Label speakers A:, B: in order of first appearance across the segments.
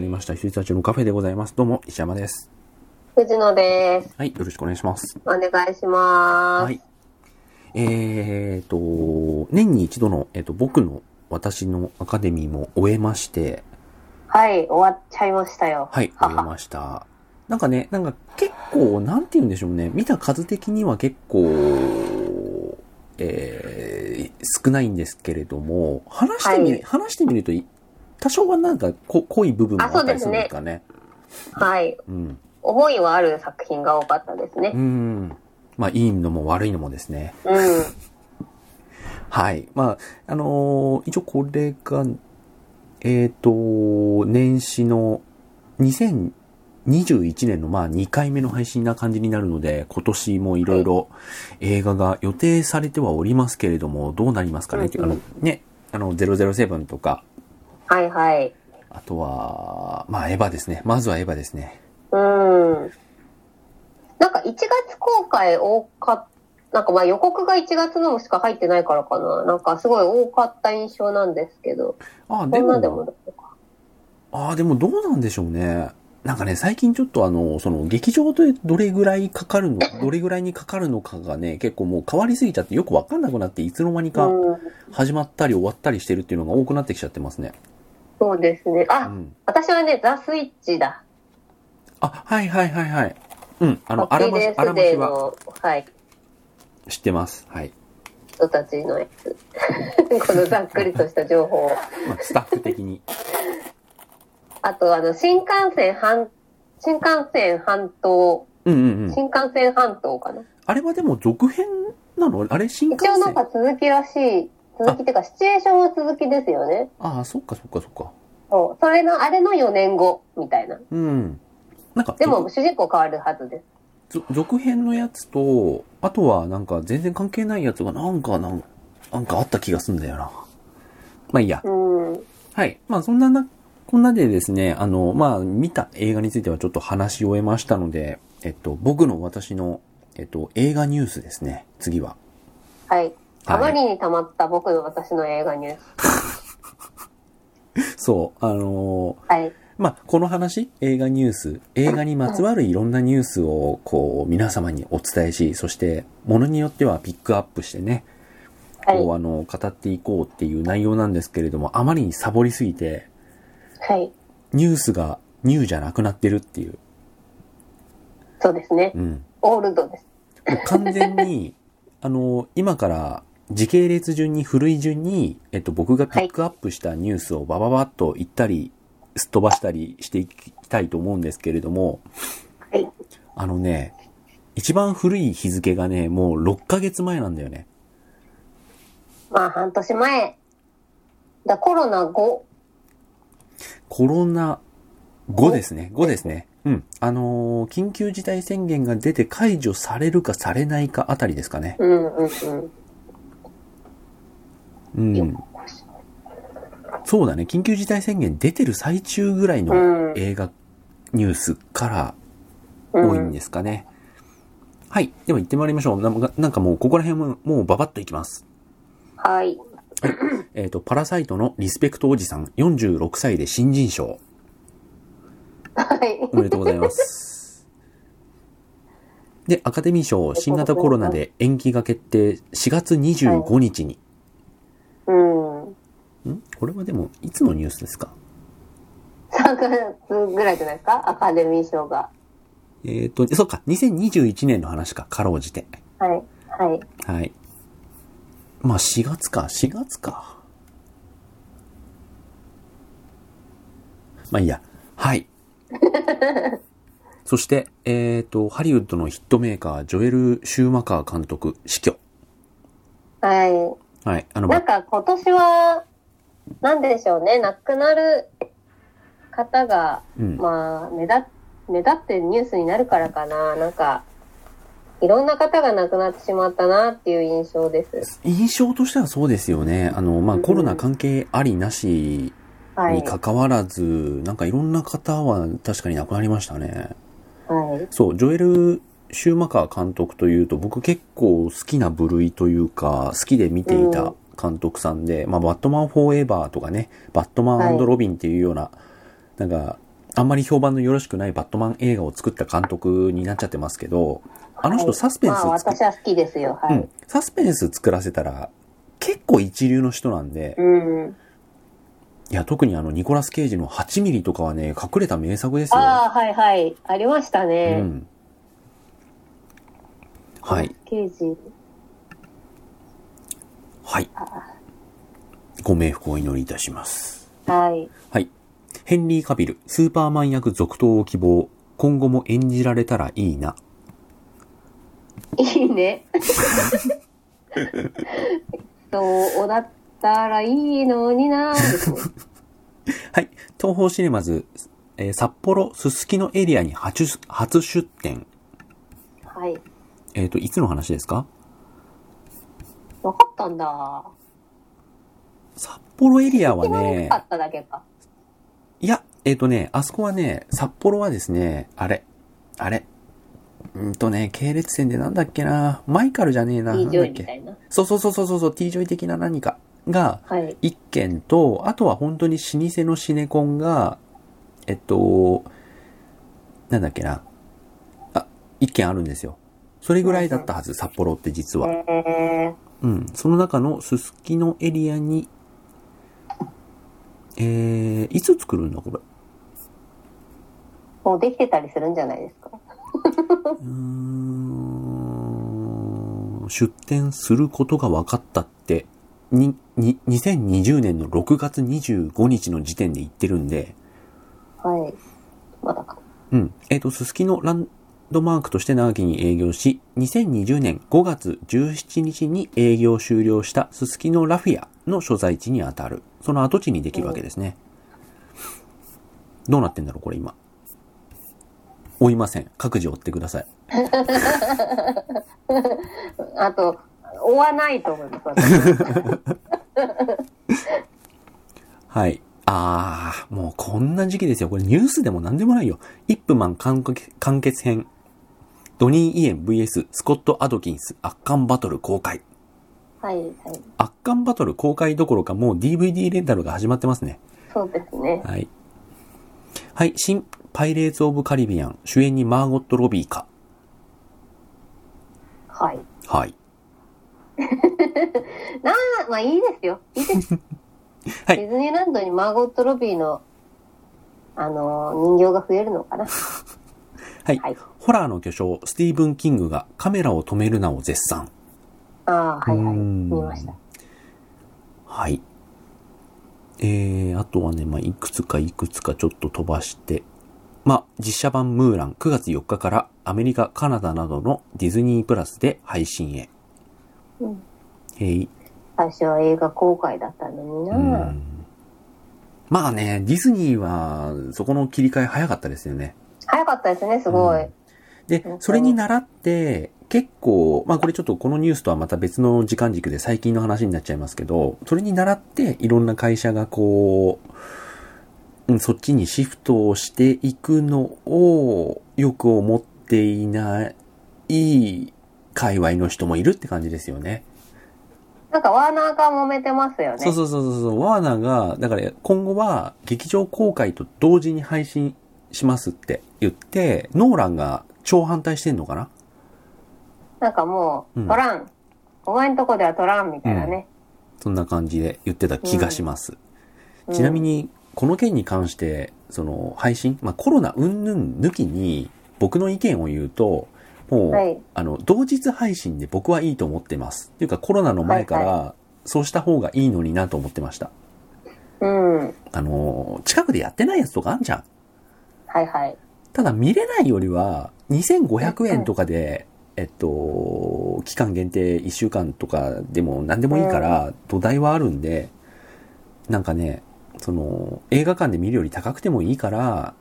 A: りました。羊たちのカフェでございます。どうも、石山です。
B: 藤野です。
A: はい、よろしくお願いします。
B: お願いします。はい。
A: えーと、年に一度の、えっ、ー、と、僕の、私のアカデミーも終えまして。
B: はい、終わっちゃいましたよ。
A: はい、終えました。なんかね、なんか結構、なんて言うんでしょうね。見た数的には結構、えー、少ないんですけれども、話してみ、はい、話してみると、多少はなんかこ濃い部分もあったりするんですかね。
B: ねはい。うん。思いはある作品が多かったですね。
A: うん。まあ、いいのも悪いのもですね。
B: うん。
A: はい。まあ、あのー、一応これが、えっ、ー、と、年始の2021年のまあ2回目の配信な感じになるので、今年もいろいろ映画が予定されてはおりますけれども、どうなりますかね、うん、あの、ね、あの、007とか、
B: はいはい。
A: あとは、まあ、エヴァですね。まずはエヴァですね。
B: うん。なんか1月公開多かった、なんかまあ予告が1月のもしか入ってないからかな。なんかすごい多かった印象なんですけど。
A: ああ、でも。でもああ、でもどうなんでしょうね。なんかね、最近ちょっとあの、その劇場でどれぐらいかか るの、どれぐらいにかかるのかがね、結構もう変わりすぎちゃってよくわかんなくなって、いつの間にか始まったり終わったりしてるっていうのが多くなってきちゃってますね。
B: そうですね。あ、うん、私はね、ザ・スイッチだ。
A: あ、はいはいはいはい。うん、あの、アラマシ、アラマシは。
B: はい。
A: 知ってます。はい。
B: 人たちのやつ。 このざっくりとした情報を。
A: まあ、スタッフ的に。
B: あと、あの、新幹線半、新幹線半島。
A: うんうんうん。
B: 新幹線半島かな。
A: あれはでも続編なのあれ新幹線
B: 一応なんか続きらしい。続きっていうか、シチュエーションは続きですよね。
A: ああ、そっかそっかそっか。
B: そう。それの、あれの4年後、みたいな。
A: うん。なんか。。
B: でも、主人公変わるはずです
A: 続編のやつと、あとはなんか全然関係ないやつがなんかなんなんかあった気がすんだよな。まあいいや。
B: うん。
A: はい。まあそんなな、こんなでですね、あの、まあ見た映画についてはちょっと話し終えましたので、えっと、僕の私の、えっと、映画ニュースですね、次は。
B: はい。あまりに溜まった僕の私の映画ニュー
A: ス。そう、あの
B: ー、はい。
A: まあ、この話、映画ニュース、映画にまつわるいろんなニュースを、こう、皆様にお伝えし、そして、ものによってはピックアップしてね、
B: はい、
A: こう、あの、語っていこうっていう内容なんですけれども、あまりにサボりすぎて、
B: はい。
A: ニュースがニューじゃなくなってるっていう。
B: そうですね。
A: うん。
B: オールドです。
A: もう完全に、 あの、今から時系列順に、古い順に、えっと、僕がピックアップしたニュースをバババッと言ったり、すっ飛ばしたりしていきたいと思うんですけれども、
B: はい。
A: あのね、一番古い日付がね、もう6ヶ月前なんだよね。
B: まあ、半年前。だ、コロナ後。
A: コロナ後ですね。5ですね。うん。あのー、緊急事態宣言が出て解除されるかされないかあたりですかね。
B: うんうん
A: うん。うん。そうだね。緊急事態宣言出てる最中ぐらいの映画ニュースから多いんですかね。うんうん、はい。では行ってまいりましょう。ななんかもうここら辺ももうババッといきます。
B: は
A: は
B: い。
A: い。えっ、ー、と、パラサイトのリスペクトおじさん46歳で新人賞。
B: はい。
A: おめでとうございます。で、アカデミー賞、新型コロナで延期が決定、4月25日に。
B: はい、うん。
A: んこれはでも、いつのニュースですか
B: ?3 月ぐらいじゃないですかアカデミー賞が。
A: えっ、ー、と、そっか、2021年の話か、かろうじて。
B: はい。はい。
A: はい。まあ、4月か、4月か。まあいいや。はい。そして、えっ、ー、と、ハリウッドのヒットメーカー、ジョエル・シューマカー監督、死去。
B: はい。
A: はい。あの、
B: なんか今年は、なんででしょうね、亡くなる方が、うん、まあ、目立、目立ってニュースになるからかな、なんか、いろんな方が亡くなってしまったなっていう印象です。
A: 印象としてはそうですよね。あの、まあ、コロナ関係ありなし、うんに関わらず、なんかいろんな方は確かに亡くなりましたね。
B: はい。
A: そう、ジョエル・シューマカー監督というと、僕結構好きな部類というか、好きで見ていた監督さんで、うん、まあ、バットマン・フォーエバーとかね、バットマンロビンっていうような、はい、なんか、あんまり評判のよろしくないバットマン映画を作った監督になっちゃってますけど、あの人サスペンス
B: まあ
A: 作っ
B: 私は好きですよ。は
A: う
B: い
A: ん。、サスペンス作らせたら、結構一流の人なんで、
B: うん。
A: いや、特にあの、ニコラス・ケイジの8ミリとかはね、隠れた名作ですよ。
B: ああ、はいはい。ありました
A: う
B: ね。
A: ん。はい。
B: 刑事。
A: はい。ご冥福をお祈りいたします。
B: はい。
A: はい。ヘンリー・カビル、スーパーマン役続投を希望。今後も演じられたらいいな。
B: いいね。えっと、おだったらいいのになですね
A: はい。東方シネマズ、えー札幌、すすきのエリアに初出初出店。
B: はい。
A: えっ、と、いつの話ですか
B: わかったんだ。
A: 札幌エリアは
B: 一番良
A: ね
B: か、っただけか。
A: いや、えっ、とね、あそこはね、札幌はですね、あれ、あれ、うんとね、系列店でなんだっけな、マイカルじゃねえな、な
B: い
A: いん
B: ジ
A: だ
B: ョイ
A: っ
B: みた
A: け。
B: いな。
A: そうそうそうそうそうそう、T ジョイ的な何かが、
B: はい。
A: 一軒と、あとは本当に老舗のシネコンが、えっと、なんだっけな。あ、一軒あるんですよ。それぐらいだったはず、札幌って実は。
B: え
A: うん。その中のすすきのエリアに、えー、いつ作るんだ、これ。
B: ー、もうできてたりするんじゃないですか。
A: うーん、出店することが分かったって、に、に、2020年の6月25日の時点で言ってるんで、
B: はい。まだか。
A: うん。えっ、と、すすきのランドマークとして長きに営業し、2020年5月17日に営業終了したすすきのラフィアの所在地にあたる。その跡地にできるわけですね。どうなってんだろうこれ今。追いません。各自追ってください。
B: あと、追わないと思います私。
A: はい。あー、もうこんな時期ですよ。これニュースでも何でもないよ。イップマン完結完結編。ドニー・イエン VS スコット・アドキンス圧巻バトル公開。
B: はい、はい。
A: 圧巻バトル公開どころかもう DVD レンタルが始まってますね。
B: そうですね。
A: はい。はい、新パイレーツ・オブ・カリビアン、主演にマーゴット・ロビーか。
B: はい。
A: はい。
B: なあ、まあいいですよ。い いです。
A: はい
B: ディズニーランドにマーゴット・ロビーの、あのー人形が増えるのかな。
A: はい。
B: はい
A: ホラーの巨匠、スティーブン・キングがカメラを止めるなを絶賛。
B: ああ、はい
A: ー
B: うはい。
A: ん
B: 見ました。
A: はい。えー、あとはね、まあ、いくつかいくつかちょっと飛ばして、まあ、実写版ムーラン9月4日からアメリカ、カナダなどのディズニープラスで配信へ。
B: うん
A: へい。
B: 最初は映画公開だったのに
A: う
B: な。
A: んまあね、ディズニーは、そこの切り替え早かったですよね。
B: 早かったですね、すごい。
A: うんで、それに倣って、結構、まあこれちょっとこのニュースとはまた別の時間軸で最近の話になっちゃいますけど、それに倣って、いろんな会社がこう、うんそっちにシフトをしていくのを、よく思っていない、界隈の人もいるって感じですよね。
B: なんかワーナーが揉めてますよね。
A: そうそうそうそうそう。ワーナーが、だから今後は劇場公開と同時に配信しますって言って、ノーランが超反対してんのかな
B: なんかもう、
A: うん
B: 取らん。お前んとこでは取らんみたいなね。
A: そんな感じで言ってた気がします。
B: うん
A: ちなみに、この件に関して、その配信、まあコロナ云々抜きに僕の意見を言うと、もう、
B: はい
A: あの、同日配信で僕はいいと思ってます。っていうかコロナの前か
B: は
A: ら、そうした方がいいのになと思ってました。
B: うん。はい
A: あの、近くでやってないやつとかあんじゃん。
B: はい。
A: ただ見れないよりは、2500円とかで、えっと、期間限定1週間とかでも何でもいいから、土台はあるんで、なんかね、その、映画館で見るより高くてもいいから、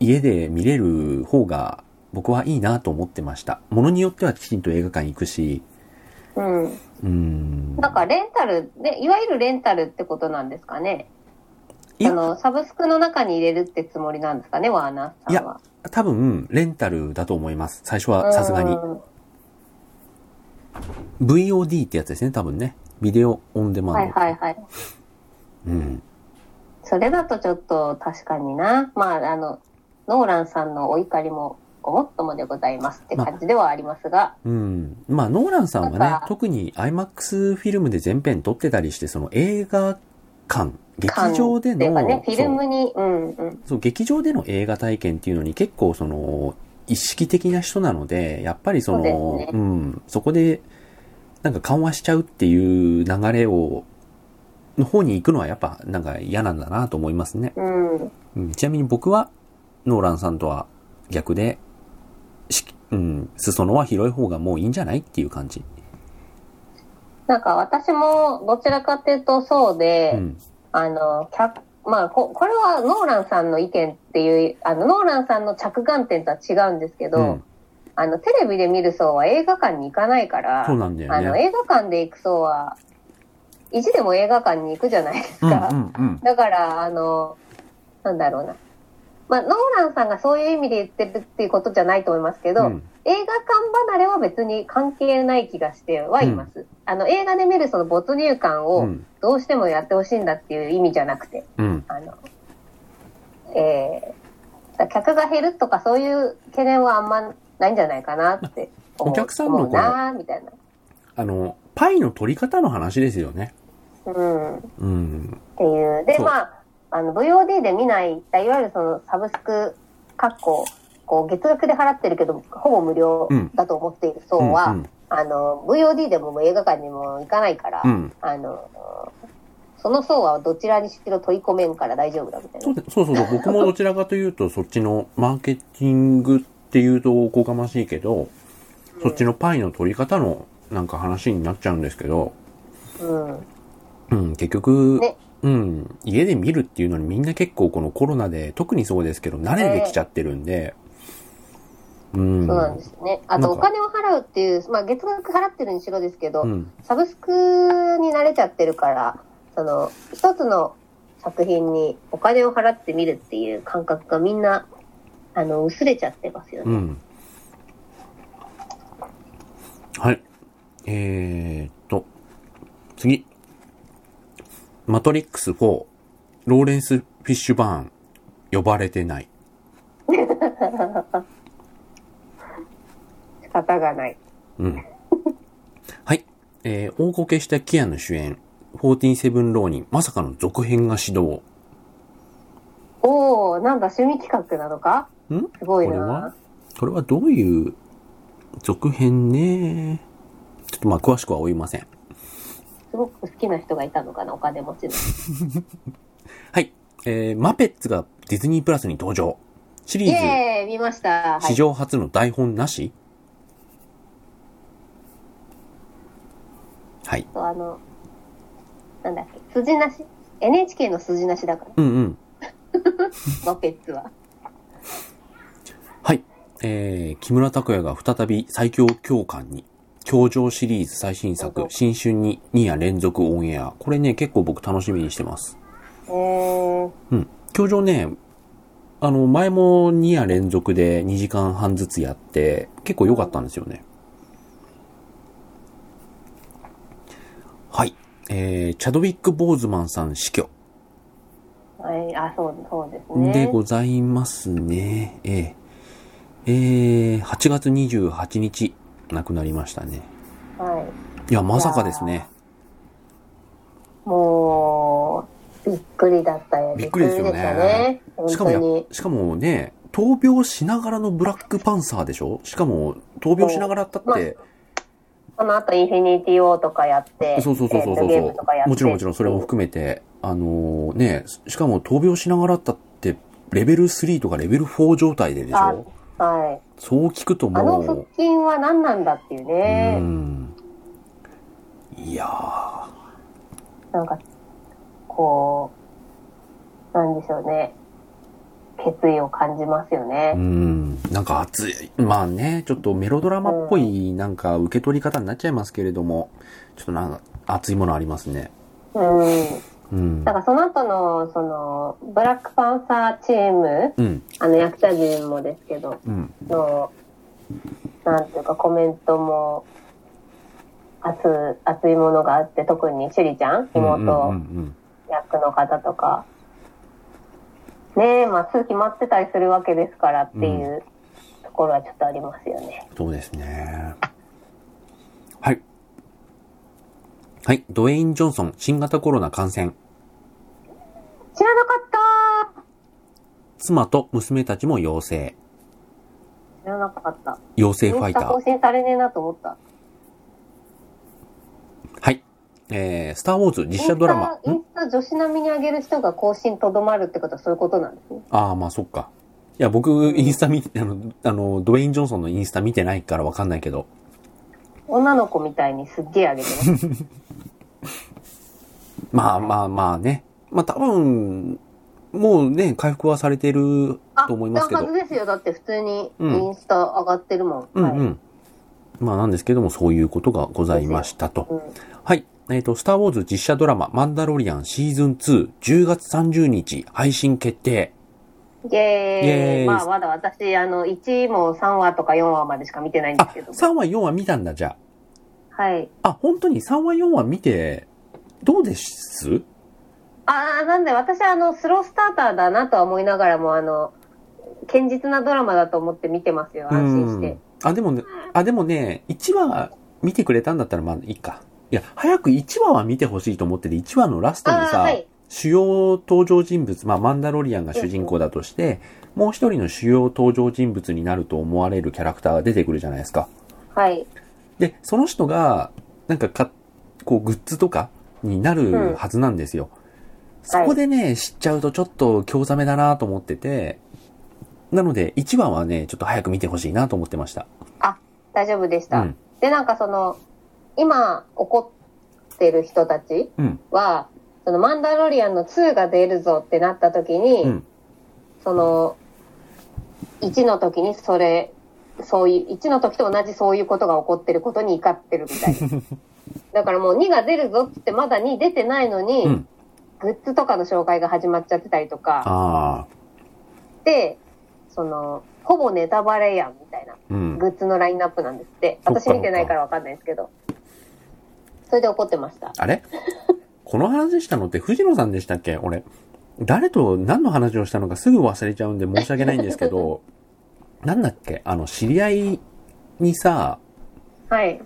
A: 家で見れる方が僕はいいなと思ってました。ものによってはきちんと映画館行くし、
B: うん。
A: うーん。
B: なんかレンタル、ね、いわゆるレンタルってことなんですかね。
A: い
B: あ
A: や
B: の、サブスクの中に入れるってつもりなんですかね、ワーナーさんは。
A: 多分、レンタルだと思います。最初はさすがに
B: う。ん
A: VOD ってやつですね、多分ね。ビデオオンデマンド。
B: はいはいはい。
A: うん。
B: それだとちょっと確かにな。まあ、あの、ノーランさんのお怒りもごもっともでございますって感じではありますが、
A: うん。まあ、ノーランさん
B: なん
A: はね
B: か、
A: 特に IMAX フィルムで全編撮ってたりして、その映画館、劇
B: 感
A: 場で
B: っていう
A: の、
B: かね、フィル
A: そう
B: ムに、うんうん。
A: そう、劇場での映画体験っていうのに結構その、意識的な人なので、やっぱりその、
B: そうですね
A: ん、そこで、なんか緩和しちゃうっていう流れを、の方に行くのはやっぱなんか嫌なんだなと思いますね。
B: うん。
A: うん、ちなみに僕は、ノーランさんとは逆で、しうん、裾野は広い方がもういいんじゃないっていう感じ。
B: なんか私もどちらかっていうとそうで、
A: うん。
B: あの、客、まあこ、これはノーランさんの意見っていう、あの、ノーランさんの着眼点とは違うんですけど、
A: うん
B: あの、テレビで見る層は映画館に行かないから、
A: そうなんだ
B: あ
A: よ
B: の、
A: ね。
B: 映画館で行く層は、意地でも映画館に行くじゃないです
A: うんう
B: か。
A: んうん。
B: だから、あの、なんだろうな。まあ、ノーランさんがそういう意味で言ってるっていうことじゃないと思いますけど、
A: うん
B: 映画館離れは別に関係ない気がしてはいます。あの、映画で見るその没入感
A: う
B: を
A: ん。
B: どうしてもやってほしいんだっていう意味じゃなくて、
A: うん。
B: あの、えー、だから客が減るとかそういう懸念はあんまないんじゃないかなって思う。
A: お客さんの
B: 思うなーみたいな。
A: あの、パイの取り方の話ですよね。
B: うん。
A: うん。
B: っていう。で、
A: そう
B: まあ、あの、VOD で見ない、いわゆるそのサブスク、かっこ、こう、月額で払ってるけど、ほぼ無料
A: うん
B: だと思っている層は、
A: うんうん
B: あの、VOD でももう映画館にも行かないから、
A: うん
B: あの、その層はどちらにしろ取り込めんから大丈夫だみたい
A: そ
B: な
A: う。でそうそうそう、僕もどちらかというと、 そっちのマーケティングっていうとおこがましいけど、そっちのパイの取り方のなんか話になっちゃうんですけど、
B: うん。
A: うん、結局、
B: ね
A: うん、家で見るっていうのにみんな結構このコロナで、特にそうですけど、慣れてきちゃってるんで、うん。
B: そうなんですね。あと、
A: なん
B: お
A: か
B: 金を払うっていう、まあ、月額払ってるにしろですけど、
A: うん。
B: サブスクに慣れちゃってるから、その、一つの作品にお金を払ってみるっていう感覚がみんな、あの、薄れちゃってますよ
A: う
B: ね。
A: ん。はい。えー、っと、次。マトリックス4、ローレンス・フィッシュバーン、呼ばれてない。
B: 仕方がない。
A: うん。はい。えー、大こけしたキアヌ主演、147浪人、まさかの続編が始動。
B: おー、なんだ、趣味企画なのか
A: ん
B: すごい
A: これは
B: な。
A: これはどういう続編ねちょっとまあ詳しくは追いません。
B: すごく好きな人がいたのかな、お金持ちの。
A: はい。えー、マペッツがディズニープラスに登場。シリ
B: イ
A: ーズ、
B: エーイ見ました。は
A: 史
B: い。
A: 上初の台本なしはい。
B: あの、なんだっけ、筋なし ?NHK の筋なしだから、
A: うんうん。
B: マペッツは。
A: はい。えー、木村拓哉が再び最強教官に。教場シリーズ最新作、新春に2夜連続オンエア。これね、結構僕楽しみにしてます。
B: えー、
A: うん。教場ね、あの、前も2夜連続で2時間半ずつやって、結構良かったんですよね。はい。えー、チャドウィック・ボーズマンさん死去。
B: はいあ、そう、そうですね。
A: でございますね。ええええ8月28日、亡くなりましたね。
B: はい。
A: いや、まさかですね。
B: もう、びっくりだったよ。
A: びっくりですよね
B: びっくりでし
A: し
B: たね。本
A: かも
B: 当
A: や
B: に。、
A: しかもね、闘病しながらのブラックパンサーでしょしかも、闘病しながらだったって、
B: その後、インフィニティ・ウォーとかやって、
A: そうそうそうそうそう
B: えーとゲームとかやって
A: もちろんもちろん、それも含めて、あのーね、しかも闘病しながらだったって、レベル3とかレベル4状態ででし
B: あ
A: ょ
B: はい。
A: そう聞くと
B: あ
A: も
B: の
A: う、
B: 腹筋は何なんだっていうね
A: う。ん。いやー。
B: なんか、こう、なんでしょうね。決意を感じますよ
A: う
B: ね。
A: ん、なんか熱い。まあね、ちょっとメロドラマっぽいなんか受け取り方になっちゃいますけれども、ちょっとなんか熱いものありますね。
B: うん。
A: うん
B: だ。からその後の、その、ブラックパンサーチーム、
A: うん、
B: あの、役者陣もですけど、
A: うん、
B: の、なんていうかコメントも、熱、熱いものがあって、特にシュリちゃん、
A: うん、うん、う
B: 妹
A: ん、
B: 役の方とか、ねえ、まあ、すぐ決まってたりするわけですからっていうところはちょっとありますよね。
A: そうですね。はい。はい。ドウェイン・ジョンソン、新型コロナ感染。
B: 知らなかった
A: 妻と娘たちも陽性。
B: 知らなかった。
A: 陽性フ
B: イ
A: ァイ
B: タ
A: タ
B: ー更
A: ー。
B: 新されねえなと思った。
A: はい。えー、スター・ウォーズ実写ドラマ。
B: イン
A: ん
B: スタ、インスタ女子並みに上げる人が更新とどまるってことはそういうことなんですね。
A: ああ、まあそっか。いや、僕、インスタ見て、あの、あの、ドウェイン・ジョンソンのインスタ見てないからわかんないけど。
B: 女の子みたいにすっげえ上げてます。
A: まあまあまあね。まあ多分、もうね、回復はされてる
B: あ
A: と思いますけ
B: な
A: ど
B: は。ずですよ。だって普通にイ
A: うん
B: ンスタ上がってるもん。
A: うんう
B: はい
A: ん。まあなんですけども、そういうことがございましたと。
B: うん
A: はい。えっ、と、スター・ウォーズ実写ドラマ、マンダロリアンシーズン2、10月30日、配信決定。
B: イエーイ
A: イエーイ
B: まあ、まだ私、あの、1も3話とか4話までしか見てないんで
A: あ、
B: すけど。
A: 3話、4話見たんだ、じゃ
B: はい。
A: あ。あ、本当に3話、4話見て、どうです
B: ああ、なんで私はあの、スロースターターだなとは思いながらも、あの、堅実なドラマだと思って見てますよ。安心し
A: う
B: て
A: ん。。あ、でもね、あ、でもね、1話見てくれたんだったらまあいいか。いや、早く1話は見てほしいと思ってて、1話のラストに
B: あー
A: さ、
B: はい
A: 主要登場人物、まあマンダロリアンが主人公だとして、もう一人の主要登場人物になると思われるキャラクターが出てくるじゃないですか。
B: はい。
A: で、その人が、なんかか、こう、グッズとかになるはずなんですよ。そこでね、知っちゃうとちょっと興ざめだなと思ってて、なので、1話はね、ちょっと早く見てほしいなと思ってました。
B: あ、大丈夫でした。
A: うん
B: で、なんかその、今、怒ってる人たち
A: うん。
B: は、その、マンダロリアンの2が出るぞってなった時に、
A: うん。
B: その、1の時にそれ、そういう、1の時と同じそういうことが起こってることに怒ってるみた いな。だからもう2が出るぞってってまだ2出てないのに、
A: うん。
B: グッズとかの紹介が始まっちゃってたりとか、
A: ああ。
B: で、その、ほぼネタバレやんみたいな、
A: うん
B: グ。ッズのラインナップなんですって。
A: そっか
B: 私見てないからわかんないですけど。それで怒ってました。
A: あれ この話したのって藤野さんでしたっけ俺。誰と何の話をしたのかすぐ忘れちゃうんで申し訳ないんですけど、なんだっけあの、知り合いにさ、
B: はい。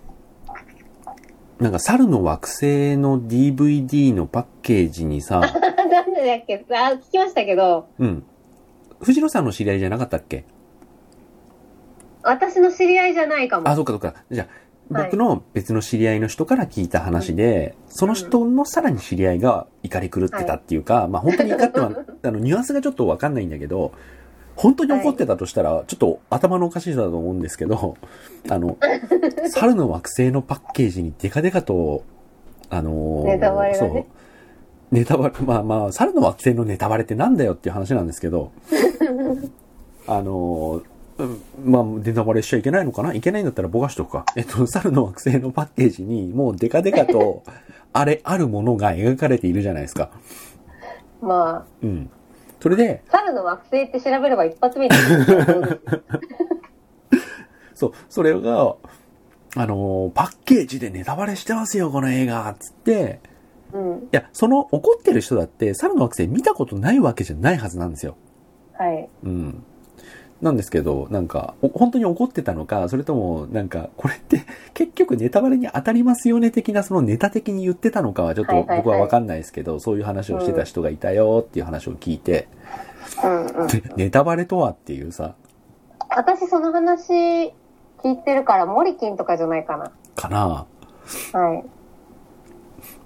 A: なんか猿の惑星の DVD のパッケージにさ、
B: なんでだっけあ、聞きましたけど、
A: うん。藤野さんの知り合いじゃなかったっけ
B: 私の知り合いじゃないかも。
A: あ、そっかそっか。じゃあ、
B: はい
A: 僕の別の知り合いの人から聞いた話で、その人のさらに知り合いが怒り狂ってたっていうか、まあ本当に怒っては、あの、ニュアンスがちょっとわかんないんだけど、本当に怒ってたとしたら、ちょっと頭のおかしい人だと思うんですけど、あの、猿の惑星のパッケージにデカデカと、あのー
B: ネタバレが
A: そ
B: ね
A: う。ネタバレ、まあまあ、猿の惑星のネタバレってなんだよっていう話なんですけ ど、あのーうんまあ、ネタバレしちゃいけないのかないけないんだったらぼかしとくか。えっと、猿の惑星のパッケージに、もうデカデカ と、あれ、あるものが描かれているじゃないですか。
B: まあ、
A: うん。それで、
B: 猿の惑星って調べれば一発目に出てくる。
A: そう、それが、あのーパッケージでネタバレしてますよ、この映画つって、
B: うん。
A: いや、その怒ってる人だって、猿の惑星見たことないわけじゃないはずなんですよ。
B: はい。
A: うん。なんですけど、なんか、お本当に怒ってたのか、それとも、なんか、これって、結局ネタバレに当たりますよね的な、そのネタ的に言ってたのかは、ちょっと
B: はいはいはい
A: 僕はわかんないですけど、そういう話をしてた人がいたよっていう話を聞いて、
B: うんうん。
A: ネタバレとはっていうさ、
B: 私その話聞いてるから、モリキンとかじゃないかな。
A: かな
B: はい。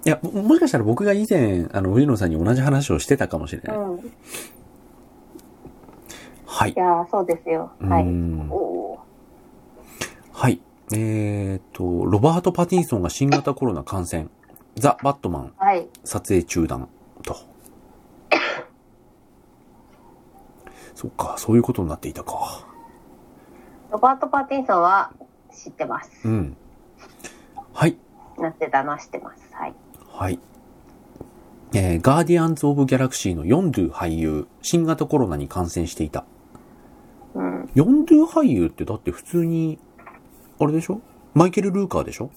A: いや、ももしかしたら僕が以前、あの、藤野さんに同じ話をしてたかもしれない。
B: うん。い
A: はい。
B: やー、そうですよ。は
A: う
B: い。
A: ん
B: おー
A: はい。えっ、と、ロバート・パティンソンが新型コロナ感染、ザ・バットマン
B: はい。
A: 撮影中断と。そっか、そういうことになっていたか。
B: ロバート・パーティンソンは知ってます。
A: うん。はい。
B: なってたのは知ってます。はい。
A: はい。えー、ガーディアンズ・オブ・ギャラクシーのヨンドゥ俳優、新型コロナに感染していた。
B: うん。
A: ヨンドゥ俳優ってだって普通に、あれでしょマイケル・ルーカーでしょ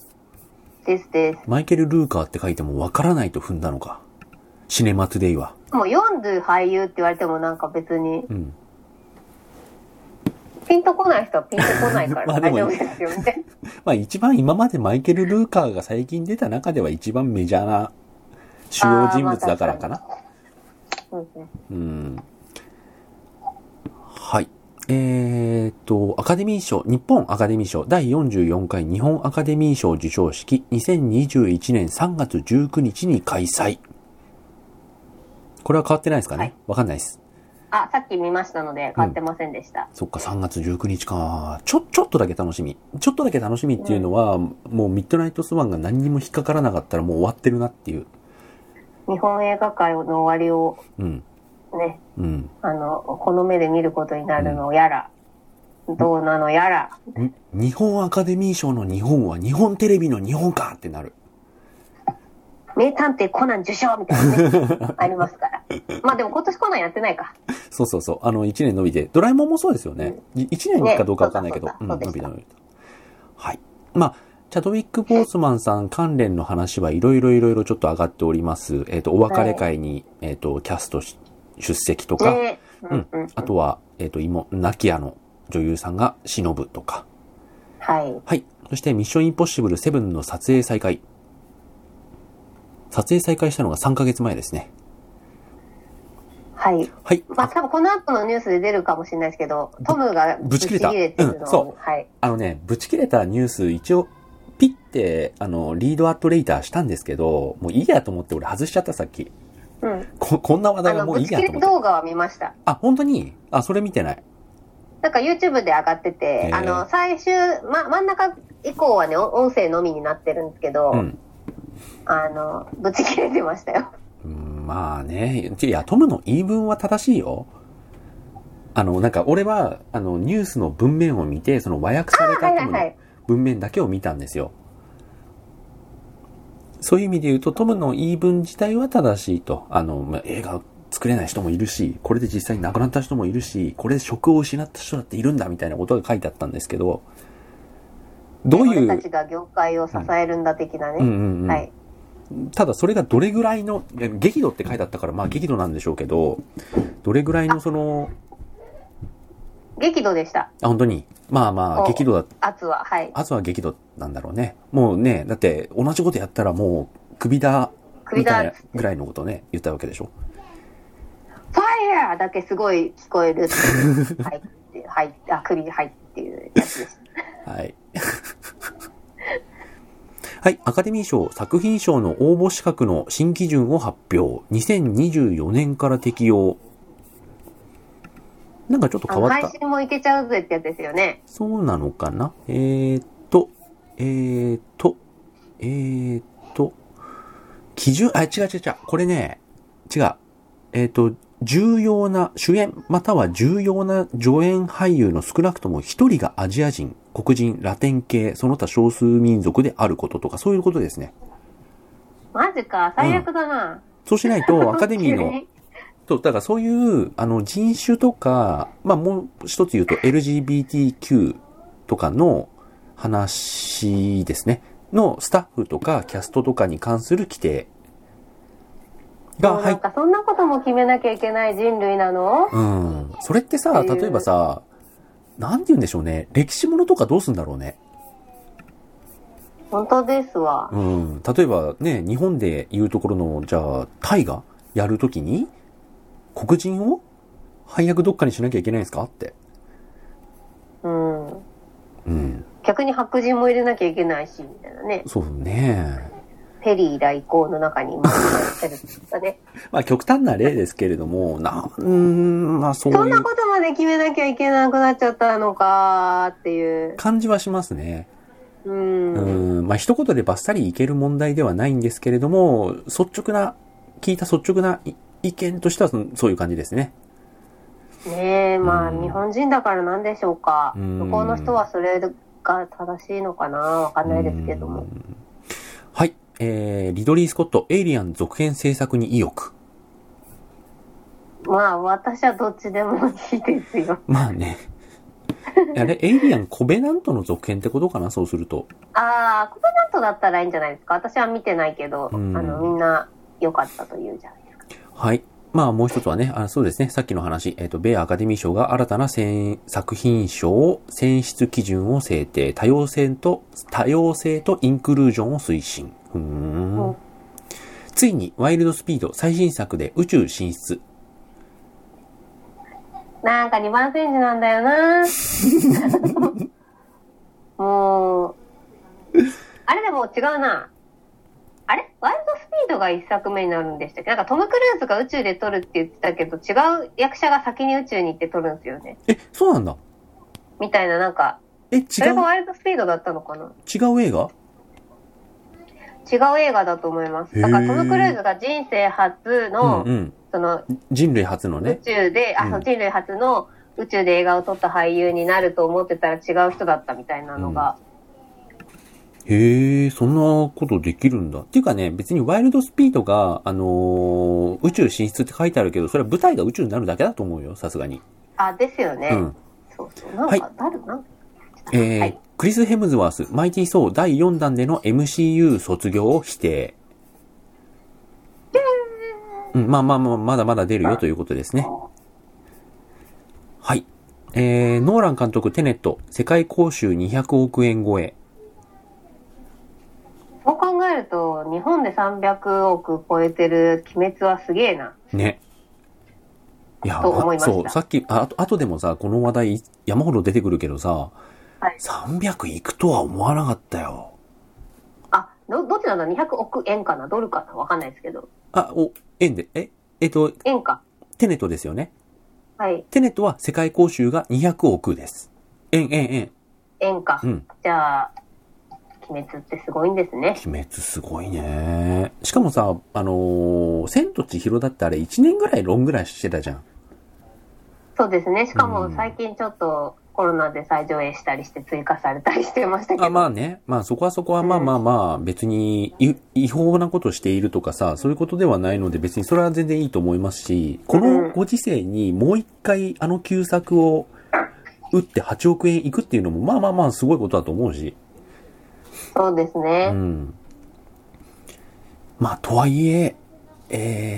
B: ですです。
A: マイケル・ルーカーって書いてもわからないと踏んだのか。シネマ・トゥデイは。
B: もう40俳優って言われてもなんか別に、
A: うん。
B: ピンとこない人はピンとこないか
A: まあで
B: ら大
A: も
B: 丈夫ですよ、みたいな。
A: まあ一番今までマイケル・ルーカーが最近出た中では一番メジャーな主要人物だからかな。
B: そうですね。
A: うん。はい。えーっと、アカデミー賞、日本アカデミー賞第44回日本アカデミー賞授賞式2021年3月19日に開催。これは変わってないですかねわ
B: は、い
A: かんないです。
B: あ、さっき見ましたので買ってませんでした。
A: そっか、3月19日か。ちょ、ちょっとだけ楽しみ。ちょっとだけ楽しみっていうのは、もうミッドナイトスワンが何にも引っかからなかったらもう終わってるなっていう。
B: 日本映画界の終わりを
A: うん。
B: ね、
A: うん。
B: あの、この目で見ることになるのやら、どうなのやら、
A: に日本アカデミー賞の日本は日本テレビの日本かってなる。
B: 名探偵コナン受賞みたいなね、ありま すから。まあでも今年コナンやってないか。
A: そうそうそう。あの、1年伸びて。ドラえもんもそうですよね。い1年かどうかわかんないけど。
B: ね
A: うん、
B: そ
A: 伸
B: うだ
A: び
B: そうだ
A: た伸びた。はい。まあ、チャドウィック・ボースマンさん関連の話はいろいろいろいろちょっと上がっております。えっ、と、お別れ会に、えっ、と、キャストし出席とか。
B: ね
A: う
B: うんんうん。
A: あとは、えっ、と、今、ナキアの女優さんが忍ぶとか。
B: はい。
A: はい。そして、ミッションインポッシブル7の撮影再開。撮影再開したのが3ヶ月前ですね。
B: はい。
A: はい。
B: まあ多分この後のニュースで出るかもしれないですけど、トムが
A: ぶち切れた
B: っていう
A: うん
B: の
A: そ
B: を、はい。
A: あのね、ぶち切れたニュース、一応、ピッて、あの、リードアットレイターしたんですけど、もういいやと思って俺外しちゃったさっき。
B: うん。
A: こ、こんな話
B: あ
A: 題は
B: の、
A: もう
B: ぶ
A: いい
B: ち
A: や
B: 切
A: と
B: れ
A: 思って。
B: 動画は見ました。
A: あ、本当にあ、それ見てない。
B: なんか YouTube で上がってて
A: へ、ー
B: あの、最終、ま、真ん中以降はね、お音声のみになってるんですけど、
A: うん。
B: あの、ぶち切れてましたよ。
A: うんまあね。いや、トムの言い分は正しいよ。あの、なんか俺は、あの、ニュースの文面を見て、その和訳され
B: は
A: た
B: いは
A: ト
B: い
A: ム
B: は
A: の
B: い。
A: 文面だけを見たんですよ。そういう意味で言うと、トムの言い分自体は正しいと。あの、まあ映画を作れない人もいるし、これで実際に亡くなった人もいるし、これで職を失った人だっているんだみたいなことが書いてあったんですけど、どうい
B: 俺た
A: う、
B: ちが業界を支えるんだ的なね。
A: うんうんうん。
B: はい。
A: ただそれがどれぐらいの、いや激怒って書いてあったから、まあ激怒なんでしょうけど、どれぐらいのその、
B: 激怒でした。
A: あ、本当に、まあまあ
B: お
A: 激怒だ、
B: 圧は。はい。
A: あとは激怒なんだろうね。もうね、だって同じことやったらもう首だ、
B: 首
A: みたい
B: だ
A: な、ぐらいのことね、言ったわけでしょ。
B: ファイヤーだけすごい聞こえるって いう。はいっていう。はい。あ、首、はいっていうやつです。
A: はい。 はい。アカデミー賞作品賞の応募資格の新基準を発表。2024年から適用。なんかちょっと
B: あ
A: 変
B: の、
A: わっ
B: 配
A: た。
B: 信もいけちゃうぜってやつですよね。
A: そうなのかなえーっと、えーっと、えーっと、基準、あ、違う違う違う。これね、違う。えーっと、重要な主演、または重要な助演俳優の少なくとも一人がアジア人、黒人、ラテン系、その他少数民族であることとか、そういうことですね。
B: マジか。最悪だな。
A: そうしないと、アカデミー
B: 急
A: の
B: に
A: そう、だからそういう、あの、人種とか、まあ、もう一つ言うと LGBTQ とかの話ですね。のスタッフとかキャストとかに関する規定が
B: もうな
A: 入
B: ん
A: っ
B: かそんなことも決めなきゃいけない人類なの
A: うん。それってさ、
B: っていう
A: 例えばさ、なんて言うんでしょうね。歴史ものとかどうすんだろうね。
B: 本当ですわ。
A: うん。例えばね、日本で言うところの、じゃあ、大河やるときに、黒人を配役どっかにしなきゃいけないんですかって。
B: うん。
A: うん。
B: 逆に白人も入れなきゃいけないし、みたいなね。
A: そうね。
B: ペリー来航の中 に今入ってるとかね。
A: まあ極端な例ですけれども、な、うーん、まあそ
B: そん
A: うい
B: な
A: う
B: ことまで決めなきゃいけなくなっちゃったのかっていう。
A: 感じはしますね。
B: う。
A: うんーん、まあ一言でバッサリいける問題ではないんですけれども、率直な、聞いた率直ない意見としてはそそういう感じですね。
B: ねえ、まあ、
A: うん
B: 日本人だからなんでしょうか。
A: うん
B: 向こうの人はそれが正しいのかなわかんないですけど
A: うー
B: も。
A: んはい。えー、リドリー・スコット、エイリアン続編制作に意欲。
B: まあ、私はどっちでもいいですよ。
A: まあね。あれ、エイリアン、コベナントの続編ってことかな、そうすると。
B: ああ、コペナントだったらいいんじゃないですか。私は見てないけど、
A: うん
B: あの、みんな良かったと言うじゃないですか。
A: はい。まあもう一つはね、あそうですね、さっきの話、えっ、と、米アカデミー賞が新たな選作品賞選出基準を制定、多様性と、多様性とインクルージョンを推進。ふーん。
B: うん
A: ついに、ワイルドスピード最新作で宇宙進出。
B: なんか二番煎じなんだ よなもう、あれでも違うな。あれワイルドスピードが一作目になるんでしたっけなんかトム・クルーズが宇宙で撮るって言ってたけど、違う役者が先に宇宙に行って撮るんですよね。
A: え、そうなんだ。
B: みたいな、なんか、
A: え、違う、
B: それがワイルドスピードだったのかな
A: 違う映画
B: 違う映画だと思います。だからトム・クルーズが人生初
A: うん
B: の、
A: うん。
B: その
A: 人類初の
B: 宇
A: ね。
B: 宙で、あ、
A: うん
B: そう人類初の宇宙で映画を撮った俳優になると思ってたら違う人だったみたいなのが、
A: へえ、そんなことできるんだ。っていうかね、別にワイルドスピードが、あのー宇宙進出って書いてあるけど、それは舞台が宇宙になるだけだと思うよ、さすがに。
B: あ、ですよね。
A: うん。
B: そうそう。なん
A: はい
B: か、誰、なん
A: えー
B: はい
A: クリス・ヘムズワース、マイティー・ソー第4弾での MCU 卒業を否定。うん、まあまあまあ、まだまだ出るよということですね。はい。えー、ノーラン監督テネット、世界公衆200億円超え。
B: そう考えると、日本で300億超えてる鬼滅はすげえな。
A: ね。いや、
B: と思いました
A: そう、さっき、ああと、あとでもさ、この話題山ほど出てくるけどさ、
B: はい
A: 300いくとは思わなかったよ。
B: あ、ど、どっちなんだ ?200 億円かなドルかなわかんないですけど。
A: あ、お、円で、え、えっと、
B: 円か。
A: テネットですよね。
B: はい。
A: テネットは世界公衆が200億です。円、円、円。
B: 円か。
A: うん。
B: じゃあ、鬼滅ってすごいんですね。
A: 鬼滅すごいね。しかもさ、あのー千と千尋だってあれ1年ぐらいロングランしてたじゃん。
B: そうですね。しか
A: う
B: も
A: ん
B: 最近ちょっとコロナで再上映したりして追加されたりしてましたけど。
A: あまあね。まあそこはそこは
B: うん
A: まあまあまあ別にい違法なことしているとかさ、そういうことではないので別にそれは全然いいと思いますし、こ
B: う
A: の
B: ん
A: ご時世にもう一回あの旧作を打って8億円いくっていうのもまあまあまあすごいことだと思うし。
B: そうです
A: う
B: ね。
A: ん。まあ、とはいえ、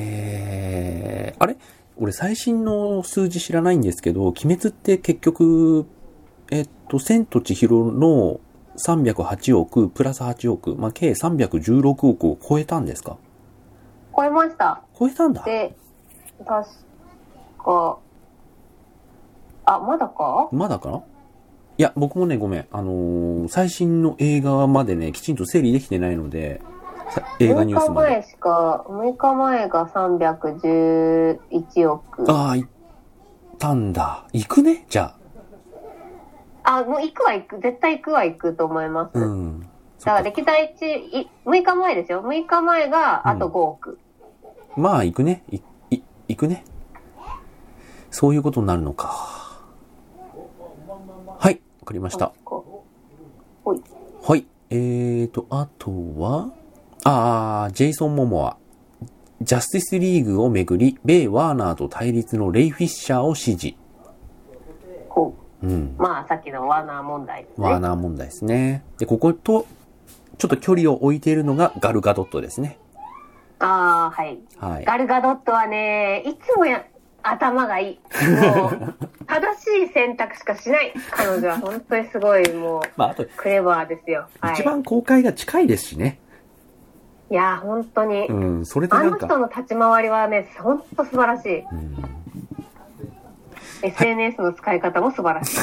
A: えー、あれ俺最新の数字知らないんですけど、鬼滅って結局、えっと、千と千尋の308億プラス8億、まあ、計316億を超えたんですか
B: 超えました。
A: 超えたんだ。
B: で、確か、あ、まだか
A: まだかないや、僕もね、ごめん。あのー最新の映画までね、きちんと整理できてないので、さ映画ニュースま
B: 6日
A: で。
B: 前しか、6日前が311億。あ
A: ああ、行ったんだ。行くねじゃあ。
B: もう行くは行く、絶対行くは行くと思います。
A: う
B: だ
A: ん。
B: から歴代一、い6日前ですよ。6日前があと5億。
A: まあ、行くね。い、い、行くね。そういうことになるのか。はい、わかりました。
B: こ
A: はい。えーと、あとは、あー、ジェイソン・モモア。ジャスティスリーグをめぐり、米ワーナーと対立のレイ・フィッシャーを支持。
B: うこ
A: うん
B: う。。まあ、さっきのワーナー問題です
A: ワー
B: ね。
A: ナー問題ですね。で、ここと、ちょっと距離を置いているのがガルガドットですね。
B: ああ、はい。
A: はい。
B: ガルガドットはね、いつもや、頭がいい。も う、正しい選択しかしない。彼女は本当にすごい、もう、
A: まあ、あと、
B: クレバーですよ。はい。
A: 一番公開が近いですしね。
B: いやー、本当に。
A: うん、それで
B: あ
A: なん
B: の
A: か。
B: 人の立ち回りはね、ほんと素晴らしい。
A: うん
B: SNS の使い方も素晴らしい。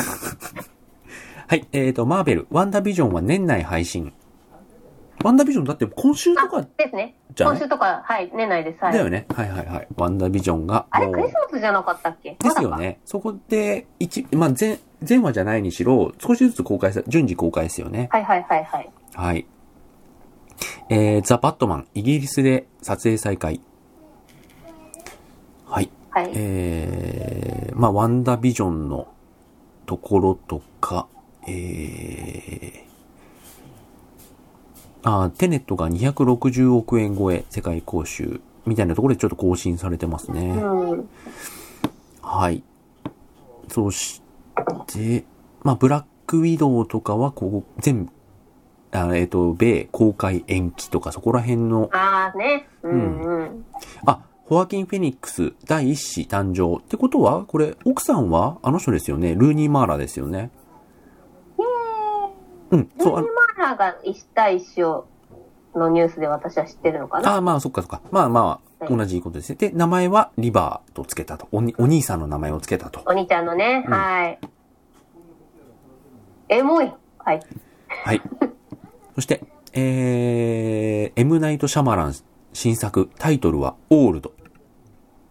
A: はい、えっ、ー、と、マーベル、ワンダービジョンは年内配信。ワンダービジョンだって今週と
B: あ
A: か、
B: ですね。
A: じゃあね
B: 今週とか、はい、年内です。は
A: だ
B: い。
A: よね。はいはいはい。ワンダービジョンが
B: あれ、
A: もう
B: クリスマスじゃなかったっけ
A: ですよ
B: まだか
A: ね。そこで、一、まあ、全、全話じゃないにしろ、少しずつ公開さ、順次公開ですよね。
B: はいはいはいはい。
A: はい。えー、ザ・バットマン、イギリスで撮影再開。はい。
B: はい。
A: えー、まあ、ワンダービジョンのところとか、えー、あー、テネットが260億円超え、世界公衆、みたいなところでちょっと更新されてますね。
B: うん。
A: はい。そして、まあ、ブラックウィドウとかは、こう、全部、あえっ、と、米公開延期とか、そこら辺の、
B: あーね。うんうん。
A: あ、ホアキン・フェニックス第一子誕生。ってことは、これ、奥さんはあの人ですよね。ルーニー・マーラですよね。
B: イ
A: う
B: エ
A: ん、
B: ーイル
A: そう、あ
B: ー
A: の
B: ニーマーラーが一対一をのニュースで私は知ってるのかな
A: ああ、まあ、そっかそっか。まあまあ、
B: はい
A: 同じことですね。で、名前はリバーとつけたと。おにお兄さんの名前をつけたと。
B: お兄ちゃんのね、
A: うん
B: はい。エモい。はい。
A: はい。 そして、えー、エムナイト・シャマラン新作、タイトルはオールド。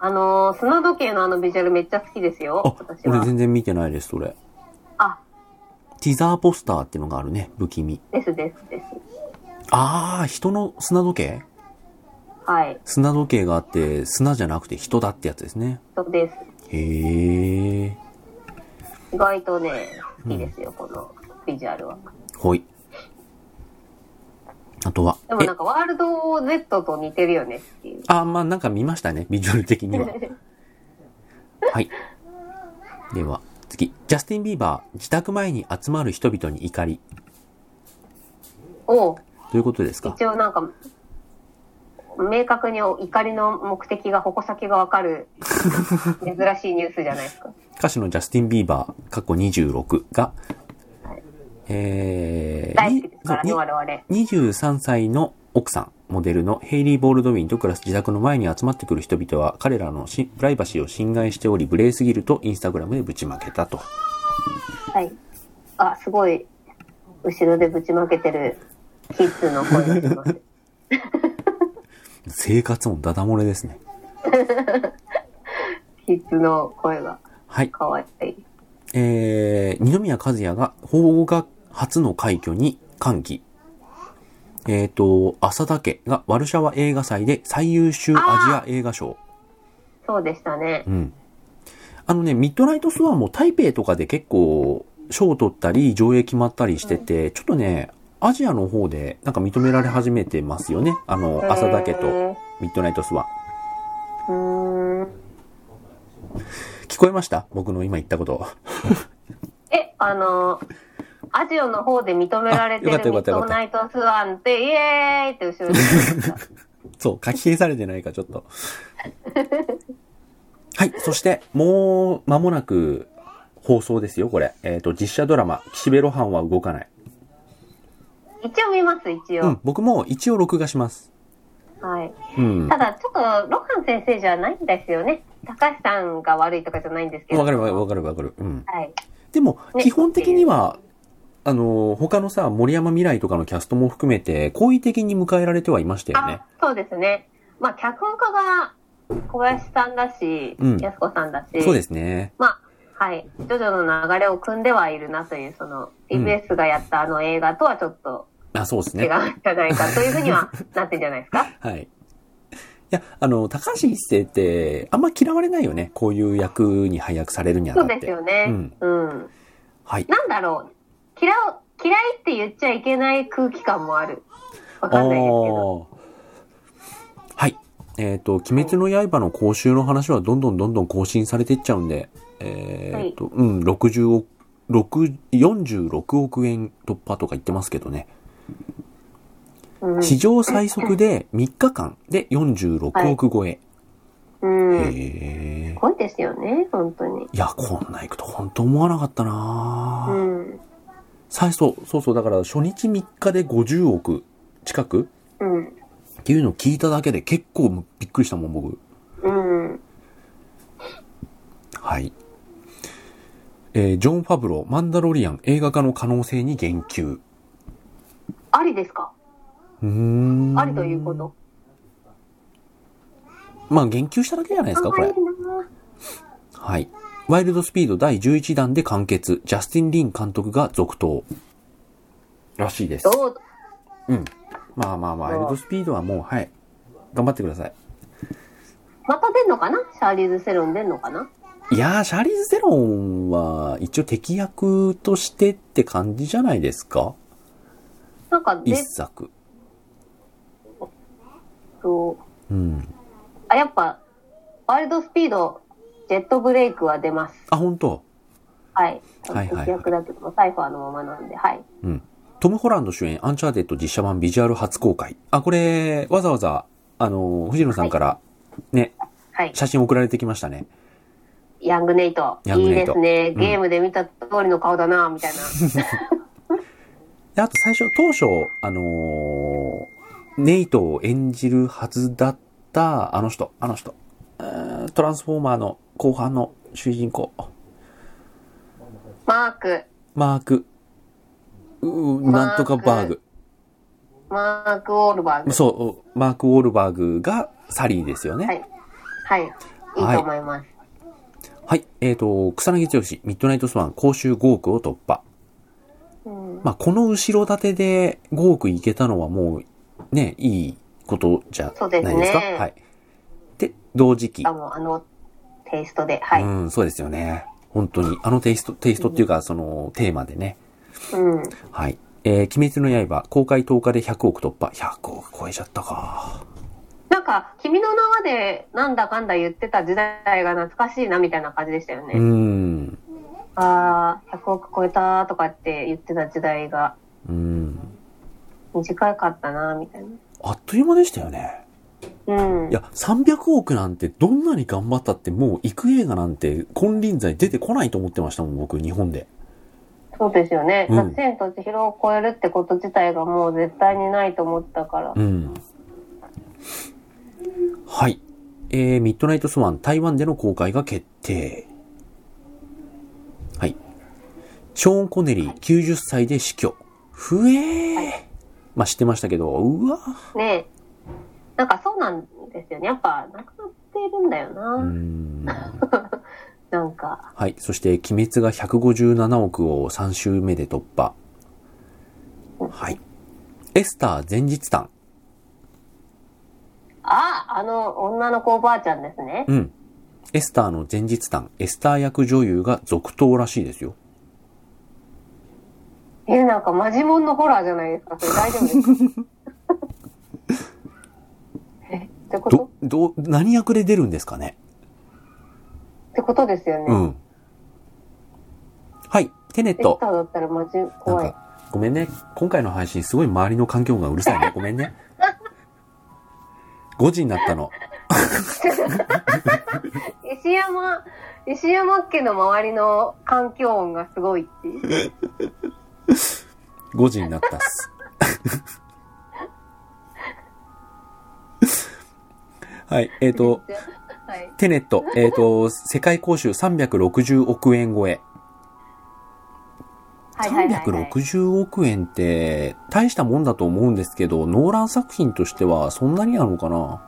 B: あのー砂時計のあのビジュアルめっちゃ好きですよ
A: あ、、
B: 私
A: 俺
B: は。
A: 全然見てないです、それ。
B: あ、
A: ティザーポスターっていうのがあるね、不気味。
B: ですですです。
A: あー、人の砂時計
B: はい。
A: 砂時計があって、砂じゃなくて人だってやつですね。
B: そうです。
A: へー。
B: 意外とね、好きですよ、このビジュアルは。
A: ほい。あとは、
B: でもなんかワールド Z と似てるよねっていう。
A: あ、まあなんか見ましたね、ビジュアル的 には。はい。では、次。ジャスティン・ビーバー、自宅前に集まる人々に怒り。
B: おう
A: ということですか
B: 一応なんか、明確に怒りの目的が、矛先がわかる、珍しいニュースじゃないですか。
A: 歌手のジャスティン・ビーバー、過去26が、えー、
B: 大好きですからね、
A: に
B: 我々。
A: 23歳の奥さん、モデルのヘイリー・ボールドウィンと暮らす自宅の前に集まってくる人々は彼らのしプライバシーを侵害しており、無礼すぎるとインスタグラムでぶちまけたと。
B: はい。あ、すごい、後ろでぶちまけてる、キッズの声がします。
A: 生活音ダダ漏れですね。
B: キッズの声が、
A: はい。
B: かわいい。
A: えー、二宮和也が法学初の快挙に歓喜。えっ、と、浅田家がワルシャワ映画祭で最優秀アジア映画賞。
B: そうでしたね
A: う。ん。あのね、ミッドナイトスワンも台北とかで結構賞を取ったり上映決まったりしてて、ちょっとね、アジアの方でなんか認められ始めてますよね。あの、浅田家と
B: う
A: ミッドナイトスワン。
B: ーん。
A: 聞こえました僕の今言ったこと。
B: え、あの、アジオの方で認められて
A: あよ
B: る
A: かったよかっ
B: ミッ
A: たよ
B: ド
A: かった
B: ナイトスワンって、イエーイって後ろで言っ てました。
A: そう、書き消されてないか、ちょっと。はい、そして、もう、間もなく、放送ですよ、これ。えっ、と、実写ドラマ、岸辺露伴は動かない。
B: 一応見ます、一
A: う
B: 応
A: ん。、僕も一応録画します。
B: はい。
A: うん。
B: た
A: わ
B: だ、ちょっと、ロハン先生じゃないんですよね。高橋さんが悪いとかじゃないんですけど。
A: かるわわかるわかる。うん。
B: はい。
A: でも、
B: ね
A: 基本的には、あの、他のさ、森山未来とかのキャストも含めて、好意的に迎えられてはいましたよね
B: あ。、そうですね。まあ、脚本家が小林さんだし、
A: うん
B: 安子さんだし。
A: そうですね。
B: まあ、はい。ジョジョの流れを組んではいるなという、その、
A: うん
B: TBS がやったあの映画とはちょっと
A: あ、そうです
B: 違う
A: ね
B: んじ。ゃないかというふうにはなってんじゃないですか。
A: はい。いや、あの、高橋一生って、あんま嫌われないよね。こういう役に配役されるにあたっ
B: そう
A: て。
B: ですよね。
A: うん
B: うん
A: はい。
B: なんだろう。嫌う、嫌いって言っちゃいけない空気感もある。わ
A: あ
B: かんないですけど。
A: ーはい。えっ、と、鬼滅の刃の講習の話はどんどんどんどん更新されていっちゃうんで、えっ、と、うん、60億、6 46億円突破とか言ってますけどね。
B: うん
A: 史上最速 で3日間で46億超え。
B: うん。す
A: へー
B: ごいですよね、本当に。
A: いや、こんな行くと本当思わなかったな
B: う
A: ぁ
B: ん。
A: 最初、そうそう、だから初日3日で50億近く
B: うん。
A: っていうのを聞いただけで結構びっくりしたもん、僕。
B: うん。
A: はい。えージョン・ファブロー、マンダロリアン、映画化の可能性に言及。
B: ありですか
A: うーん
B: ありということ。。
A: まあ、言及しただけじゃないですか、こ
B: あ
A: れ
B: いい。な
A: はい。ワイルドスピード第11弾で完結。ジャスティン・リン監督が続投。らしいです。
B: どう
A: うん。まあまあまあ、ワイルドスピードはもう、はい。頑張ってください。
B: また出んのかなシャーリーズ・セロン出んのかない
A: やー、シャーリーズ・セロンは、一応敵役としてって感じじゃないですか
B: なんか
A: 一
B: 出
A: 作。
B: そう。
A: うん。
B: あ、やっぱ、ワイルドスピード、ジェットブレイクは出ます。
A: あ、本当
B: はい。
A: はいはいはい
B: 逆だけど、サイファーのままなんで、はい。
A: うん。トム・ホランド主演、アンチャーテッド実写版ビジュアル初公開。あ、これ、わざわざ、あのー、藤野さんから、ね、
B: はい。
A: 写真送られてきましたね。
B: ヤングネイト。
A: ヤングネイト
B: いいですね。
A: うん
B: ゲームで見た通りの顔だな、みたいな。
A: で、あと最初、当初、あのーネイトを演じるはずだった、あの人、あの人、うーんトランスフォーマーの後半の主人公、
B: マーク、
A: マーク、うー
B: マーク
A: なんとかバーグ。
B: マーク・ウォールバーグ。
A: そう、マーク・ウォールバーグがサリーですよね。
B: は
A: はい。
B: い。はい。いいと思います。
A: えっ、と、草薙剛、ミッドナイトスワン、公衆5億を突破。
B: うん
A: まあ、この後ろ盾で5億いけたのはもう、ね、いいことじゃないですか。
B: そうですね
A: はい。で、同時期。
B: あもうあのテイストで。はい。う
A: うん、そうですよね。本当に。あのテイスト、テイストっていうか、その、テーマでね。
B: ん。
A: はい。えー、鬼滅の刃、公開10日で100億突破。100億超えちゃったか。
B: なんか、君の名はで、なんだかんだ言ってた時代が懐かしいな、みたいな感じでしたよ
A: う
B: ね。
A: ん。
B: ああ、100億超えたとかって言ってた時代が
A: うん。
B: 短かったな、みたいな。
A: あっという間でしたよね。
B: うん。
A: いや、300億なんてどんなに頑張ったってもう行く映画なんて金輪際出てこないと思ってましたもん、僕、日本で。
B: そうですよね。
A: うん
B: だって千と千尋を超えるってこと自体がもう絶対にないと思ったから。
A: うん。はい。えー、ミッドナイトスワン、台湾での公開が決定。はい。ショーン・コネリー、90歳で死去。ふえー。まあ、知ってましたけど、うわ
B: ねえ。なんかそうなんですよね。やっぱ、なくなってるんだよな。
A: うーん。
B: なんか。
A: はい。そして、鬼滅が157億を3週目で突破。はい。エスター前日譚。
B: ああの、女の子おばあちゃんですね。
A: うん。エスターの前日譚、エスター役女優が続投らしいですよ。
B: え、なんかマジモンのホラーじゃないですか。それ大丈夫ですか え、ってこと
A: ど、ど、何役で出るんですかね
B: ってことですよね。
A: うん。はい、テネッ
B: エス
A: ト
B: タ。ーだったらマジ
A: なん
B: 怖い。
A: か、ごめんね。今回の配信すごい周りの環境がうるさいね。ごめんね。5時になったの。
B: 石山、石山家の周りの環境音がすごいっていう。
A: 5時になったっす。 はい、えっ、と、
B: はい。
A: テネット、えっ、と、世界公衆360億円超え。
B: はいはいはい、はい。
A: 360億円って大したもんだと思うんですけど、ノーラン作品としてはそんなになのかな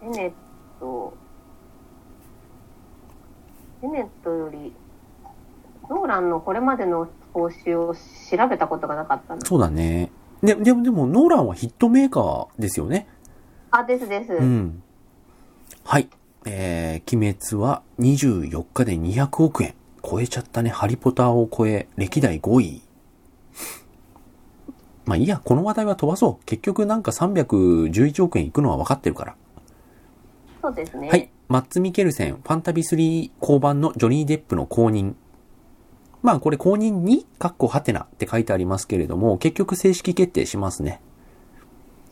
B: テネット、テネットより、ノーランのこれまでの報酬を調べたことがなかったな。
A: そうだね。で、でも、でも、ノーランはヒットメーカーですよね。
B: あ、ですです。
A: うん。はい。えー、鬼滅は24日で200億円。超えちゃったね。ハリポターを超え、歴代5位。まあいいや、この話題は飛ばそう。結局なんか311億円いくのは分かってるから。
B: そうですね。
A: はい。マッツ・ミケルセン、ファンタビ3降板のジョニー・デップの公認。まあこれ公認に、かっこはてなって書いてありますけれども、結局正式決定しますね。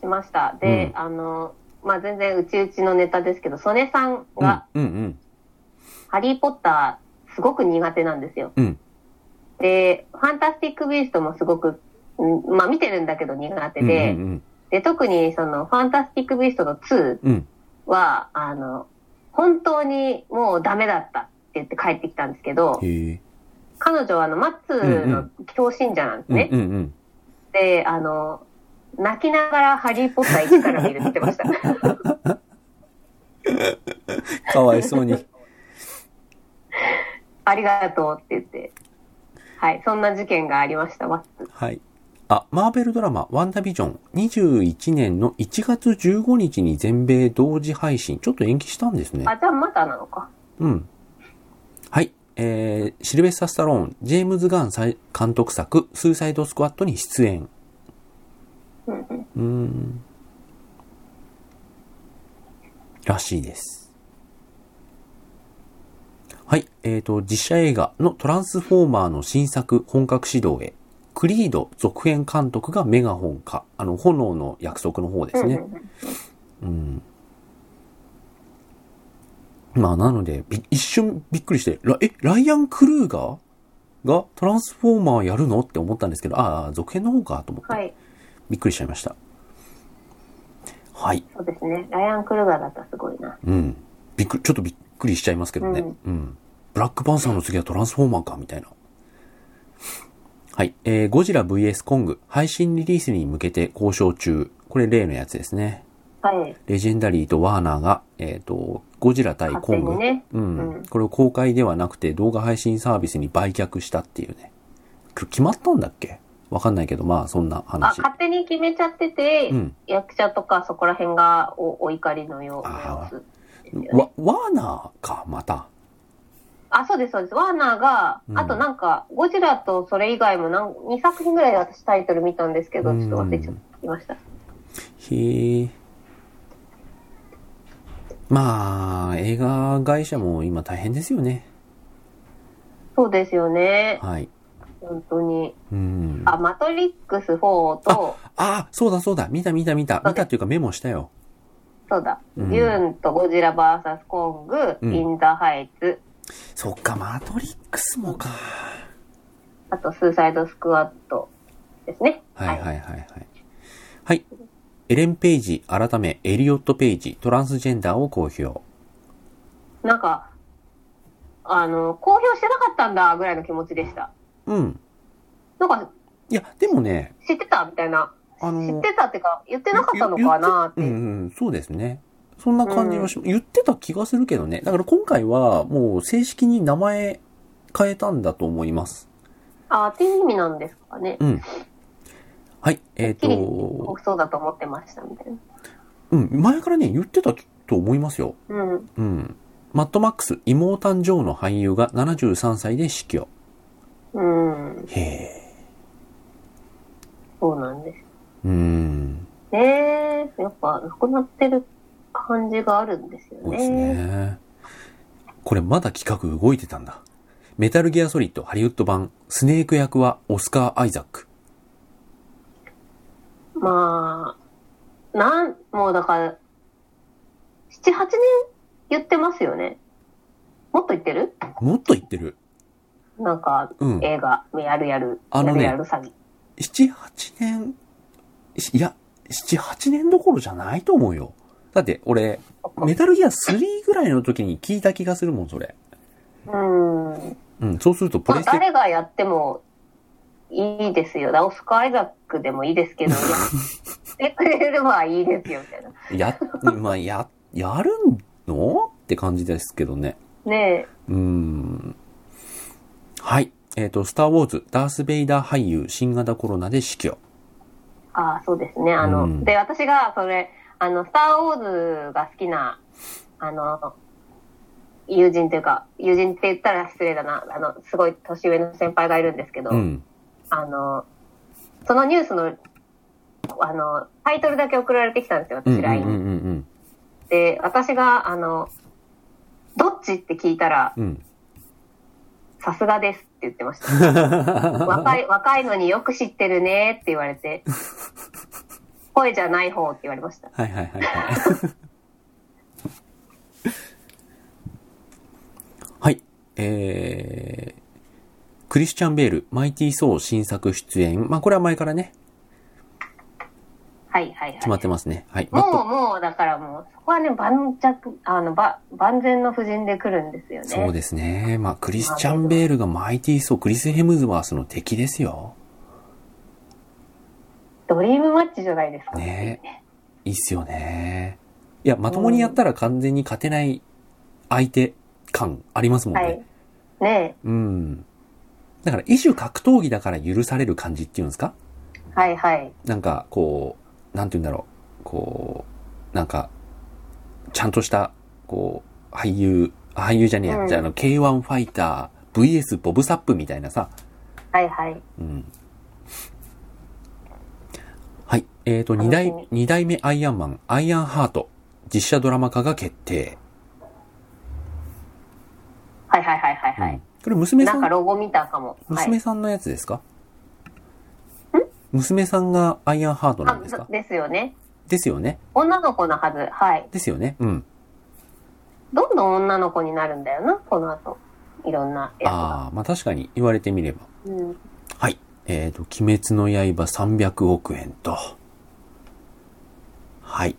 B: しました。で、
A: うん
B: あの、まあ、全然うちうちのネタですけど、曽根さん
A: うん。うん
B: が、
A: うん。
B: ハリーポッター、すごく苦手なんですよ。
A: うん。
B: で、ファンタスティック・ビーストもすごく、うんまあ、見てるんだけど苦手
A: うん
B: で、
A: うん
B: で、特にその、ファンタスティック・ビーストの2
A: うん。うん。
B: は、あの、本当にもうダメだったって言って帰ってきたんですけど、
A: へえ。
B: 彼女はあの、マッツーの教信者なんです
A: うん
B: ね。
A: うんうん。
B: で、あの、泣きながらハリーポッター1から見るって言ってました。
A: かわいそうに。
B: ありがとうって言って。はい、そんな事件がありました。マッツ
A: はい。あ、マーベルドラマ、ワンダービジョン、21年の1月15日に全米同時配信。ちょっと延期したんですね。
B: あ、じゃあまたなのか。
A: うん。はい。えー、シルベスタ・スタローン、ジェームズ・ガン最監督作、スーサイド・スクワットに出演。
B: うんうん
A: うーん。らしいです。はい。えー、と、実写映画のトランスフォーマーの新作本格始動へ、クリード続編監督がメガホンか、あの、炎の約束の方ですね。
B: うんうんうん
A: うん。まあ、なので、び一瞬びっくりして、らえ、ライアン・クルーガーがトランスフォーマーやるのって思ったんですけど、ああ、続編の方かと思って、
B: はい。
A: びっくりしちゃいました。はい。
B: そうですね。ライアン・クルーガーだったらすごいな。
A: うん。びっくり、ちょっとびっくりしちゃいますけどね。うん。ブラックパンサーの次はトランスフォーマーか、みたいな。はい。えー、ゴジラ VS コング、配信リリースに向けて交渉中。これ例のやつですね。
B: はい。
A: レジェンダリーとワーナーが、えっ、と、ゴジラ対コン
B: 勝手
A: グ、
B: にね
A: うん。
B: うん
A: これを公開ではなくて動画配信サービスに売却したっていうね。これ決まったんだっけわかんないけど、まあ、そんな
B: あ、
A: 話。
B: 勝手に決めちゃってて、
A: うん
B: 役者とかそこら辺がおお怒りのようなやつ。
A: わ、ワーナーか、また。
B: あ、そうです、そうです。ワーナーが、
A: うん
B: あとなんか、ゴジラとそれ以外もなん2作品ぐらい私タイトル見たんですけど、
A: うん
B: ちょっと忘れちゃいました。
A: へえ。まあ、映画会社も今大変ですよね。
B: そうですよね。
A: はい。
B: 本当に。
A: うん。
B: あ、マトリックス4と、
A: あ、そうだそうだ。見た見た見た。
B: す
A: 見たっていうかメモしたよ。
B: そうだ、
A: う
B: ユ
A: ん
B: ーンとゴジラ VS コング、
A: うん
B: インザハイツ、
A: そっか、マトリックスもか。
B: あとスーサイドスクワットですね。
A: はいはいはいはい。はい。エレン・ペイジ、改め、エリオット・ペイジ、トランスジェンダーを公表。
B: なんか、あの、公表してなかったんだ、ぐらいの気持ちでした。
A: うん。
B: なんか、
A: いや、でもね、
B: 知ってたみたいな。
A: あの
B: 知ってたっていうか、言ってなかったのかなって。
A: 言うんうん、そうですね。そんな感じはし、言ってた気がするけどね。だから今回はもう正式に名前変えたんだと思います。
B: あーっていう意味なんですかね。
A: うん。はい、えっ、
B: きり
A: と、
B: そうだと思ってましたみたいな。
A: うん、前からね、言ってたと思いますよ。
B: うん。
A: うん。マットマックス、妹誕生の俳優が73歳で死去。
B: うん。
A: へえ。
B: そうなんです。
A: うん。
B: ねえ。やっぱ、亡くなってる感じがあるんですよ
A: そう
B: ね。
A: ですね。これまだ企画動いてたんだ。メタルギアソリッドハリウッド版、スネーク役はオスカー・アイザック。
B: まあ、なん、もうだから、7、8年言ってますよね。もっと言ってる
A: もっと言ってる。
B: なんか、
A: うん
B: 映画、やるやる、
A: あのね
B: やるやる詐欺。
A: 7、8年、しいや、7、8年どころじゃないと思うよ。だって、俺、メタルギア3ぐらいの時に聞いた気がするもん、それ。
B: うん。
A: うん、そうするとプ
B: ま
A: レ
B: あ、
A: ステ、
B: 誰がやってもいいですよ。オスカー・アイザックでもいいです けど、やってくれればいいですよ、みたいな。
A: や、まあ、や、やるのって感じですけどね。
B: ね
A: うーん。はい。えっ、と、スター・ウォーズ、ダース・ベイダー俳優、新型コロナで死去。
B: え。ああ、そうですね。あの、
A: うん
B: で、私が、それ、あの、スター・ウォーズが好きな、あの、友人というか、友人って言ったら失礼だな。あの、すごい年上の先輩がいるんですけど、
A: うん。
B: あの、そのニュースの、あの、タイトルだけ送られてきたんですよ、
A: うんう
B: 私
A: ん
B: LINE
A: う、んうん
B: で、私が、あの、どっちって聞いたら、
A: うん。うん。
B: さすがですって言って ました。若い、若いのによく知ってるねって言われて、声じゃない方って言われました。
A: はいはいはいはい。 はい。えー、クリスチャン・ベール、マイティー・ソー新作出演。まあこれは前からね、
B: はいはいはい。
A: 決まってますね。はい。バッ
B: もう
A: ト
B: もう、だからもう、そこはね、盤石、あの、ば、万全の布陣で来るんですよね。
A: そうですね。まあクリスチャン・ベールがマイティー・ソー、クリス・ヘムズワースの敵ですよ。
B: ドリームマッチじゃないですか。
A: ねいいっすよね。いや、まともにやったら完全に勝てない相手感ありますもん
B: は
A: ね。
B: い。ね
A: うん。だから、異種格闘技だから許される感じっていうんですか
B: はいはい。
A: なんか、こう、なんて言うんだろう。こう、なんか、ちゃんとした、こう、俳優、俳優じゃねえや、
B: うん
A: じゃあ、あの、K1 ファイター、VS ボブサップみたいなさ。
B: はいはい。
A: うん。はい。えーと、二
B: 楽
A: 代
B: しみ、
A: 二代目アイアンマン、アイアンハート、実写ドラマ化が決定。
B: はいはいはいはいはい。
A: うんこれ、娘さ
B: なんんかロゴ見たかも。はい
A: 娘さんのやつですか、娘さんがアイアンハートなんです
B: あ
A: か
B: ですよね。
A: ですよね。
B: 女の子のはず。はい。
A: ですよね。うん。
B: どんどん女の子になるんだよな、この後。いろんなやつが。
A: ああ、まあ確かに言われてみれば。
B: うん。
A: はい。えっ、と、鬼滅の刃300億円と。はい。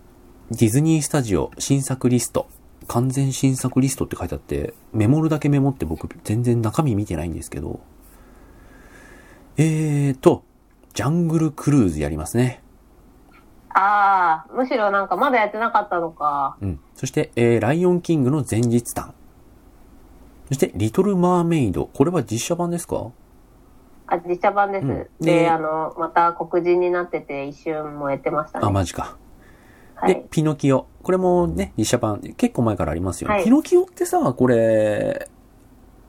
A: ディズニースタジオ新作リスト。完全新作リストって書いてあって、メモるだけメモって僕全然中身見てないんですけど。えーと、ジャングルクルーズやりますね。
B: ああ、むしろなんかまだやってなかったのか。
A: うん。そして、えーライオンキングの前日譚。そして、リトル・マーメイド。これは実写版ですか
B: あ、実写版です。
A: うんで
B: で、あの、また黒人になってて一瞬燃えてました
A: あ、
B: ね。
A: マジか。
B: は
A: で
B: い、。
A: ピノキオ。これもね、実写版、結構前からありますよね。
B: はい
A: ピノキオってさ、これ、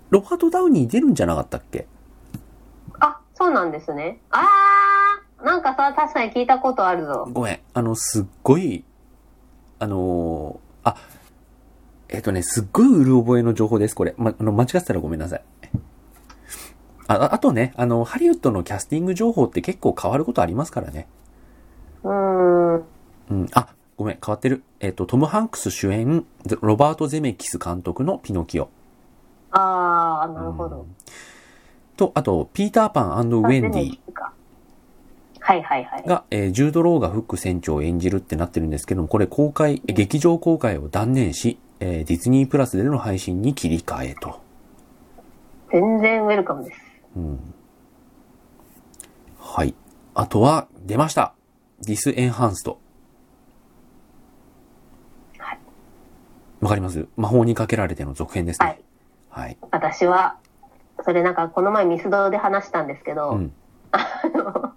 A: ロバート・ダウニー出るんじゃなかったっけ
B: あ、そうなんですね。ああ、なんかさ、確かに聞いたことあるぞ。
A: ごめん。あの、すっごい、あのーあ、えっ、とね、すっごいうる覚えの情報です、これ。ま、あの、間違ってたらごめんなさい。ああ、あとね、あの、ハリウッドのキャスティング情報って結構変わることありますからね。
B: うーん。
A: うん。あ、ごめん、変わってる。えっ、と、トム・ハンクス主演、ロバート・ゼメキス監督のピノキオ。
B: ああ、なるほど。
A: と、あと、ピーターパンウェンデ
B: あ
A: ィ。
B: でもはいはいはい。
A: が、えージュード・ローがフック船長を演じるってなってるんですけども、これ公開、え劇場公開を断念し、えーディズニープラスでの配信に切り替えと。
B: 全然ウェルカムです。
A: はい。あとは、出ました。ディス・エンハンスト。
B: はい
A: わかります魔法にかけられての続編です
B: は
A: ね
B: い。。
A: はい。
B: 私は、それなんかこの前ミスドで話したんですけど、
A: うん
B: あの、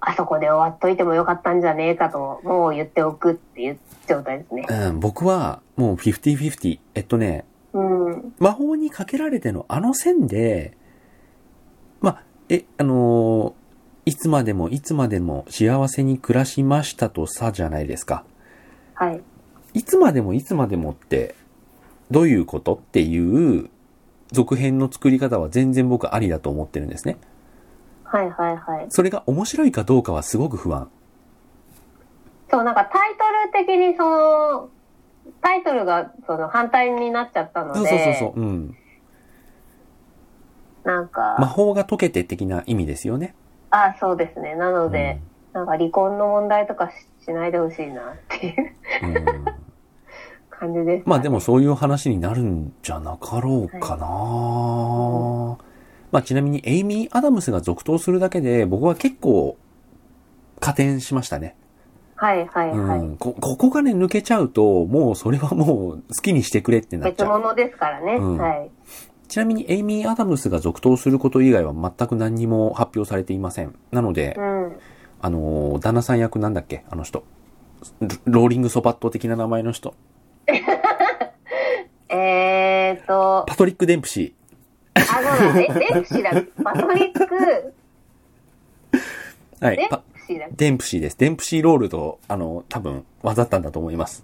B: あそこで終わっといてもよかったんじゃねえかと、もう言っておくっていう状態ですね。
A: うん、僕は、もう50-50。えっとね、
B: うん。
A: 魔法にかけられてのあの線で、まあ、え、あのーいつまでもいつまでも幸せに暮らしましたとさじゃないですか。
B: はい。
A: いつまでもいつまでもって、どういうことっていう続編の作り方は全然僕ありだと思ってるんですね。
B: はいはいはい。
A: それが面白いかどうかはすごく不安。
B: そう、なんかタイトル的にその、タイトルがその反対になっちゃったので、
A: そうそうそうそう。うん。
B: なんか、
A: 魔法が解けて的な意味ですよね。
B: ああ、そうですね。なので、なんか離婚の問題とかししないでほしいなっていう
A: うん、
B: 感じです。
A: まあでもそういう話になるんじゃなかろうかな、まあちなみにエイミー・アダムスが続投するだけで僕は結構加点しましたね。
B: はいはいはい。
A: うんこ。ここがね抜けちゃうともうそれはもう好きにしてくれってなっち
B: 別
A: ゃう。
B: 物ですからね。
A: うん
B: はい。
A: ちなみにエイミー・アダムスが続投すること以外は全く何にも発表されていません。なので
B: う、ん。
A: あのー旦那さん役なんだっけあの人。ロローリング・ソパット的な名前の人。
B: えーと、
A: パトリック・デンプシ
B: あ、そうだ、 え、デンプシーだ。パトリック、
A: ー。はい。
B: デン
A: パ
B: プシーだ。
A: デンプシーです。デンプシーロールと、あの、多分、混ざったんだと思います。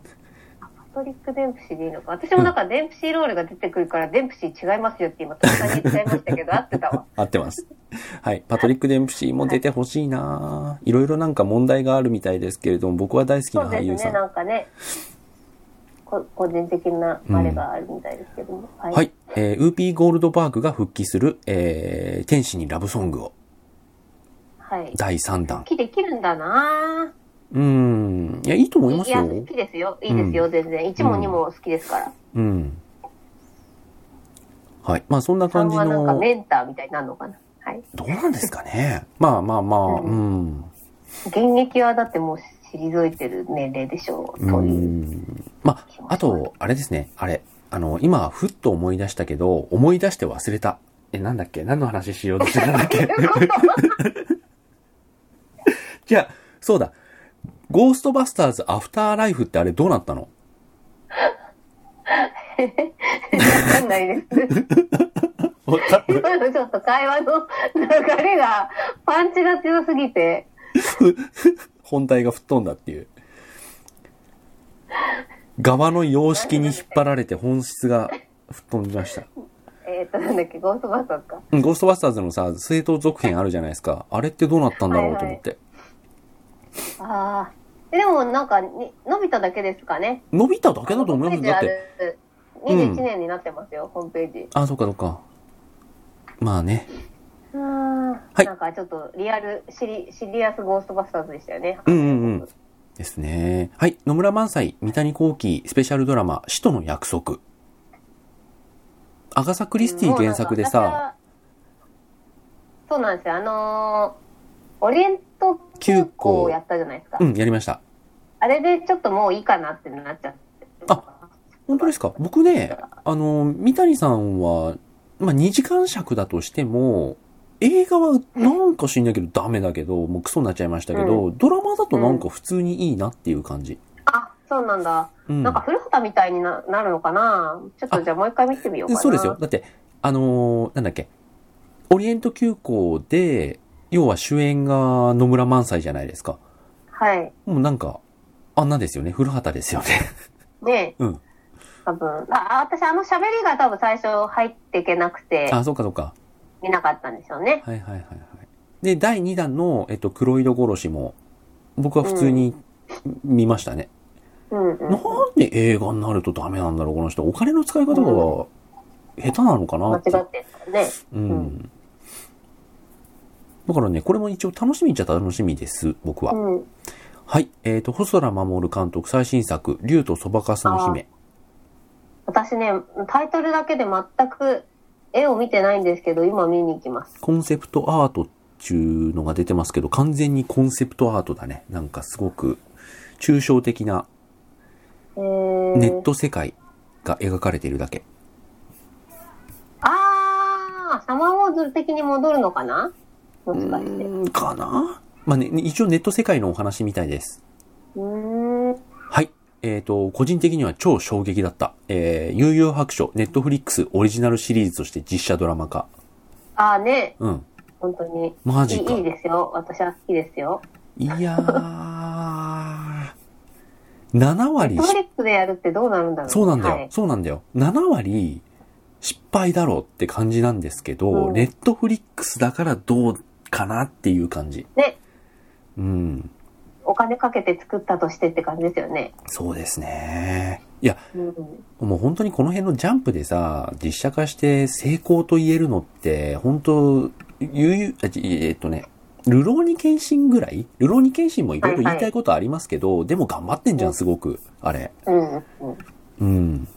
B: パトリック・デンプシーでいいのか。私もなんかデンプシーロールが出てくるから、デンプシー違いますよって今、突然に言っちゃいましたけど、合ってたわ。
A: 合ってます。はい。パトリック・デンプシーも出てほしいなぁいろいろなんか問題があるみたいですけれども、僕は大好き
B: そ
A: な
B: うで
A: 俳優
B: す
A: さ
B: ね、
A: ん。
B: なんかね、こ個人的なあれがあるみたいですけども。は
A: はい。えー、ウーピー・ゴールドバーグが復帰する、えー、天使にラブソングを、
B: はい。
A: 第3弾
B: 好。きできるんだなぁ
A: うーん。いや、いいと思いま
B: い
A: す
B: や、
A: よ。
B: 好きですよ。いいですよ、全然。1も2も好きですから。
A: うん。はい。まあ、そんな
B: さん
A: 感じ
B: はなんか
A: の、
B: メンターみたいになるのかな。はい。
A: どうなんですかね。まあまあまあ、うん。
B: 現役はだってもう退いてる年齢でしょう、と
A: う
B: いう。
A: んまあ、あ
B: そう
A: と、あれですね、あれ。あの、今、ふっと思い出したけど、思い出して忘れた。え、なんだっけ何の話しようとしてたんだっけ じゃあ、そうだ。ゴーストバスターズアフターライフってあれどうなったの
B: わかんないです。
A: わか
B: 今のちょっと会話の流れがパンチが強すぎて、
A: 本体が吹っ飛んだっていう。側の様式に引っ張られて本質が吹っ飛んじました。
B: えっ、と、なんだっけ、ゴーストバスターズか。
A: うんゴーストバスターズのさ、正当続編あるじゃないですか。あれってどうなったんだろうと思って。
B: ああ、でもなんかに、伸びただけですかね。
A: 伸びただけだと思います
B: ホ
A: だっ
B: ー
A: て。
B: ムページあ
A: うん
B: る21年になってますよ、ホームページ。
A: あ、そうかそうか。まあね。
B: はいなんかちょっとリアルシリ、シリアスゴーストバスターズでしたよね。
A: うんうんうん。ですね。はい。野村萬斎、三谷幸喜、スペシャルドラマ、死との約束。アガサ・クリスティ原作でさ、
B: もうなんか私は。そうなんですよ。あのーオリエント急行をやったじゃないですか。
A: うん、やりました。
B: あれでちょっともういいかなってなっちゃって。
A: あ本当ですか僕ね、あの、三谷さんは、まあ、2時間尺だとしても、映画はなんか知んないけどダメだけど、もうクソになっちゃいましたけど、ドラマだとなんか普通にいいなっていう感じ。
B: あ、そうなんだ。
A: うん。
B: なんか古畑みたいにななるのかなちょっとじゃあもう一回見てみようかな。
A: そうですよ。。だって、あのーなんだっけ。オリエント急行で、要は主演が野村萬斎じゃないですか。
B: はい。
A: もうなんか、あんなですよね。古畑ですよね。
B: で、
A: うん
B: 多分、あ、私あの喋りが多分最初入っていけなくて、
A: あ、そうかそうか。
B: 見なかったんですよね。
A: はいはいはいはい。で、第2弾の、えっと、黒色殺しも、僕は普通に見ましたね。
B: うんうん。
A: なんで映画になるとダメなんだろう、この人。お金の使い方が下手なのかな
B: 間
A: って。
B: 違ってんだね。
A: うん。
B: う
A: だからね、これも一応楽しみっちゃ楽しみです、僕は。
B: うん。
A: はい。えっ、と、細田守監督最新作、竜とそばかすの姫。
B: 私ね、タイトルだけで全く絵を見てないんですけど、今見に行きます。
A: コンセプトアートっていうのが出てますけど、完全にコンセプトアートだね。なんかすごく、抽象的な
B: えー、
A: ネット世界が描かれているだけ。
B: あー、サマーウォーズ的に戻るのかなもしかして。う
A: うーんかなまあね、一応ネット世界のお話みたいです。
B: ーん。
A: はい。えっ、と、個人的には超衝撃だった。えー、悠々白書、ネットフリックスオリジナルシリーズとして実写ドラマ化。
B: あーね、
A: うん。
B: 本当に。
A: マ
B: い
A: ジか。
B: いいいですよ。私は好きですよ。
A: いや ー。7割
B: ト
A: し
B: リックでやるってどうなるんだろう
A: そうなんだよ、
B: はい、
A: そうなんだよ。7割失敗だろうって感じなんですけど、
B: うん
A: ネットフリックスだからどうかなっていう感じ。
B: ね。
A: うん。
B: お金かけて作ったとしてって感じですよね。
A: そうですね。いや、
B: うん。
A: もう本当にこの辺のジャンプでさ、実写化して成功と言えるのって、本当ゆうあちえっとね、ルローニケンシンぐらいルローニケンシンもいろいろ言いたいことありますけど、でも頑張ってんじゃん、すごく。あれ。
B: うん。うん
A: うん。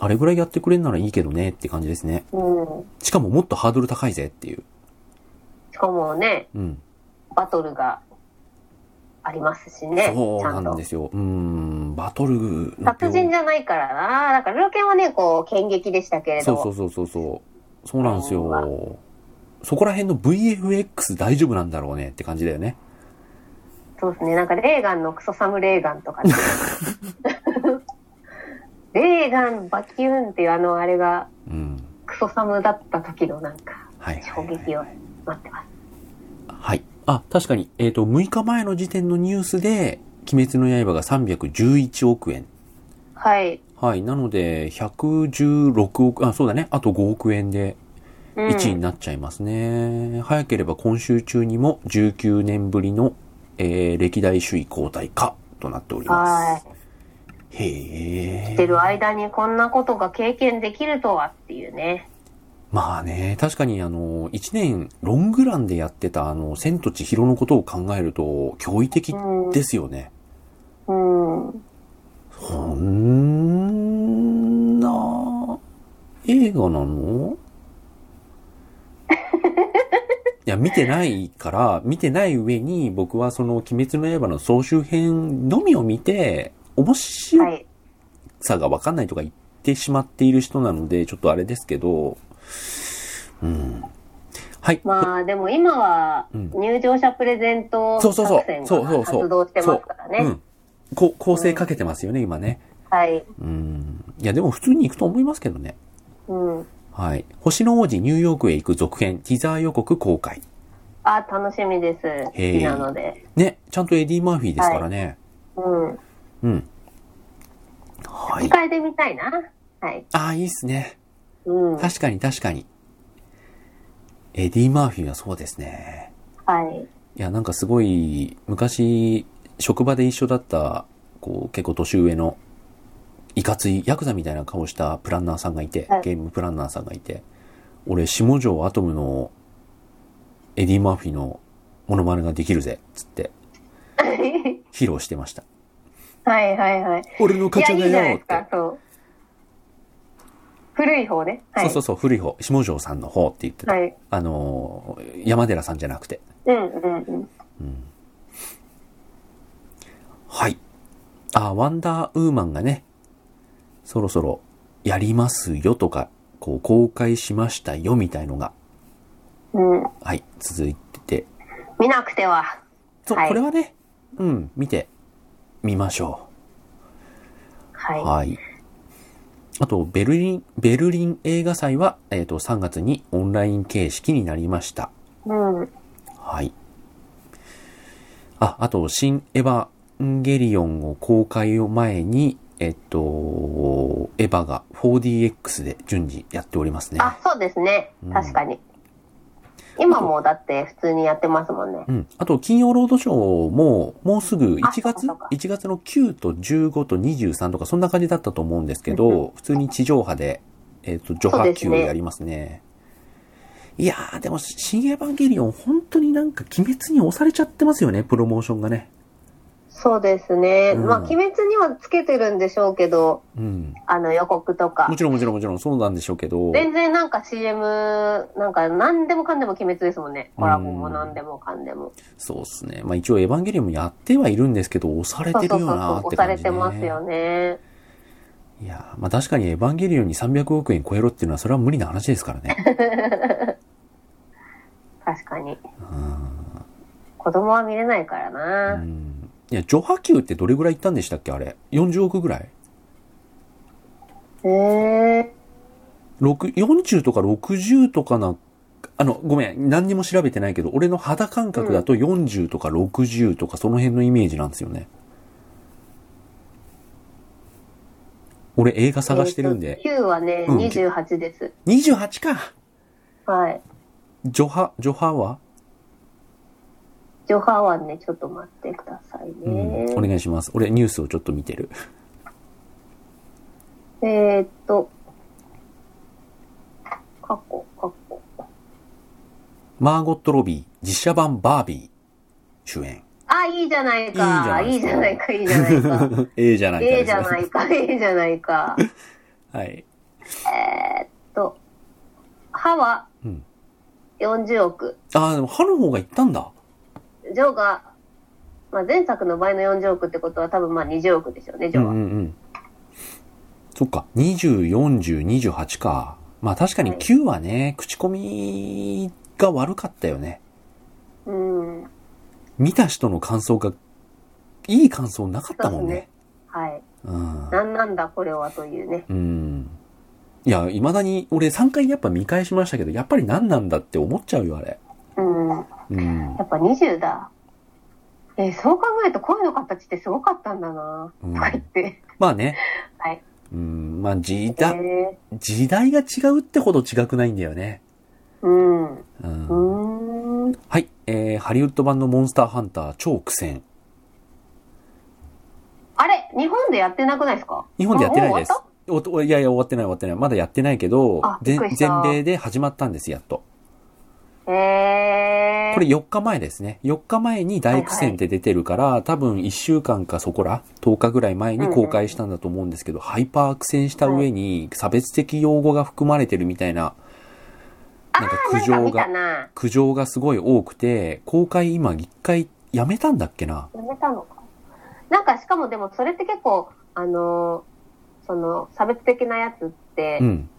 A: あれぐらいやってくれんならいいけどねって感じですね。
B: うん。
A: しかももっとハードル高いぜっていう。
B: しかもね、
A: うん。
B: バトルがありますしね。
A: そう
B: ちゃん
A: なん
B: と
A: で。すよ。うん。バトルの
B: 殺人じゃないからな。だから、ルーケンはね、こう、剣撃でしたけれど。
A: そうそうそうそうそう。そうなんですよ。そこら辺の VFX 大丈夫なんだろうねって感じだよね。
B: そうですね。なんか、レーガンのクソサムレーガンと かね。レーガンバキューンっていうあの、あれが、
A: うん。
B: クソサムだった時のなんか、
A: はいは
B: 衝
A: い、はい。
B: 撃を待ってます。
A: はい。あ、確かに、えっ、と、6日前の時点のニュースで、鬼滅の刃が311億円。
B: はい。
A: はい。なので、116億、あ、そうだね。あと5億円で
B: うん
A: 1位になっちゃいますね。早ければ今週中にも19年ぶりの、えー、歴代首位交代かとなっておりま
B: は
A: す
B: い。。
A: へ
B: し
A: え。
B: てる間にこんなことが経験できるとはっていうね。
A: まあね、確かにあの、1年ロングランでやってたあの、千と千尋のことを考えると、驚異的
B: うん
A: ですよね。
B: うん。
A: そんな、映画なのいや、見てないから、見てない上に、僕はその、鬼滅の刃の総集編のみを見て、面
B: は
A: 白
B: い。
A: さがわかんないとか言ってしまっている人なので、ちょっとあれですけど、うん。はい。
B: まあ、でも今は、
A: うん
B: 入場者プレゼント
A: そうそうそう
B: 作戦。
A: そうそ
B: が
A: うそう。
B: 発動してますからね。
A: うん。こ構成かけてますよね、今ね。
B: はい。
A: うん。いや、でも普通に行くと思いますけどね。
B: うん。
A: はい。星の王子ニューヨークへ行く続編、ティザー予告公開。
B: あ、楽しみです。好きなので。
A: ね、ちゃんとエディ・マーフィーですからね。
B: うん。
A: うん。はい。
B: 控えでみたいな。はい。
A: ああ、いいっすね。
B: うん。はい。
A: 確かに確かに。エディ・マーフィーはそうですね。いや、なんかすごい、昔、職場で一緒だった、こう、結構年上の、いかつい、ヤクザみたいな顔したプランナーさんがいて、
B: はい
A: ゲームプランナーさんがいて、俺、下城アトムの、エディ・マーフィーのモノマネができるぜ、つ って、披露してました。
B: はいはいはい。
A: 俺の
B: い
A: 勝
B: や、
A: ち
B: いい
A: だ
B: じゃない
A: よ
B: で
A: っ
B: す
A: て。
B: か、そう。古い方ね。はい。
A: そうそうそう、古い方、下城さんの方って言ってた。
B: はい。
A: あのー、山寺さんじゃなくて。
B: うんうんうん。
A: はい。あ、ワンダーウーマンがね、そろそろやりますよとか、こう公開しましたよみたいのが、
B: うん、
A: はい、続いてて。
B: 見なくては。
A: そう、
B: はい
A: これはね、うん、見てみましょ
B: は
A: う。
B: い。
A: はい。あと、ベルリン、ベルリン映画祭は、えっ、と、3月にオンライン形式になりました。
B: うん。
A: はい。あ、あと、新エヴァンゲリオンを公開を前に、えっと、エヴァが 4DX で順次やっておりますね。
B: あ、そうですね
A: うん。
B: 確かに。今もうだって普通にやってますもんね。
A: うん。あと、金曜ロードショーも、もうすぐ1月
B: あそうか
A: ?1 月の9と15と23とか、そんな感じだったと思うんですけ
B: うん
A: ど、普通に地上波で、えっ、と、ジョハ級をやりますね。いやー、でも、新エヴァンゲリオン、本当になんか鬼滅に押されちゃってますよね、プロモーションがね。
B: そうですね。
A: うん
B: まあ、鬼滅にはつけてるんでしょうけど、
A: うん。
B: あの予告とか
A: も。ちろんもちろんもちろんそうなんでしょうけど、
B: 全然なんか CM、なんか何でもかんでも鬼滅ですもんね。コラボも何でもかんでも。
A: そうですね。まあ一応エヴァンゲリオンもやってはいるんですけど、押され
B: そう
A: て
B: そ
A: る
B: うそう
A: よなーっ
B: 押
A: て
B: さ
A: 感
B: れ
A: じ、ね、
B: てますよね。
A: いやー、まあ確かにエヴァンゲリオンに300億円超えろっていうのはそれは無理な話ですから ね。
B: 確かに。
A: うん
B: 子供は見れないから
A: う
B: な。
A: ん。いや、ジョハ級ってどれぐらい行ったんでしたっけあれ。40億ぐらい
B: へえ。
A: 六40とか60とかな、あの、ごめん、何にも調べてないけど、俺の肌感覚だと40とか60とかその辺のイメージなんですよね。俺映画探してるんで。
B: 9はね、
A: うん
B: 28です。
A: 28か
B: はい。
A: ジョハ、ジョハは、
B: ジョハワンね、ちょっと待ってください
A: うん、お
B: ね。
A: 願いします。俺ニュースをちょっと見てる。
B: えーっと、過去、過去。
A: マーゴット・ロビー、実写版バービー、主演。
B: あ、いいじゃないか。
A: い
B: い
A: い
B: い
A: じ
B: じ
A: ゃ
B: ゃ
A: な
B: ないいか、いいじゃないか。
A: ええじゃないか
B: え
A: で
B: え
A: す。
B: じゃないか、ええじゃないか。
A: はい。
B: と、歯は
A: うん。
B: 40億。
A: ああ、でも歯の方が行ったんだ。
B: ジョーが、まあ、前作の倍の40億ってことは多分まあ20億でしょうね、ジョーは。
A: うんうんうん。そっか。20、40、28か。まあ確かに
B: はい
A: 9はね、口コミが悪かったよね。
B: うん。
A: 見た人の感想が、いい感想なかったもんね。
B: はい。
A: うん。
B: なんなんだこれはというね。
A: うん。いや、未だに、俺3回やっぱ見返しましたけど、やっぱり何なんだって思っちゃうよ、あれ。
B: うん。
A: うん。
B: やっぱ20だ。えーそう考えると声の形ってすごかったんだな、
A: うん
B: とか言って。
A: まあね。
B: はい。
A: うん、まあ時
B: え
A: 代、時代が違うってほど違くないんだよね。
B: ーうん。う
A: うん。
B: ーん。
A: はい。えー、ハリウッド版のモンスターハンター超苦戦。
B: あれ日本でやってなくないですか
A: 日本でやってないです
B: あもう終わっ。
A: おといやいや、終わってない終わってない。まだやってないけど
B: あ、びっ
A: 全
B: くりした
A: 全米で始まったんです、やっと。
B: たえー。
A: これ4日前ですね。4日前に大苦戦って出てるから、多分1週間かそこら、10日ぐらい前に公開したんだと思うんですけど、ハイパー苦戦した上に差別的用語が含まれてるみたいな、なんか苦
B: なん
A: 情
B: か見た
A: が、
B: な。
A: 苦情がすごい多くて、公開今1回やめたんだっけな。
B: やめたのか。なんかしかもでもそれって結構、あのーその差別的なやつって
A: う、ん。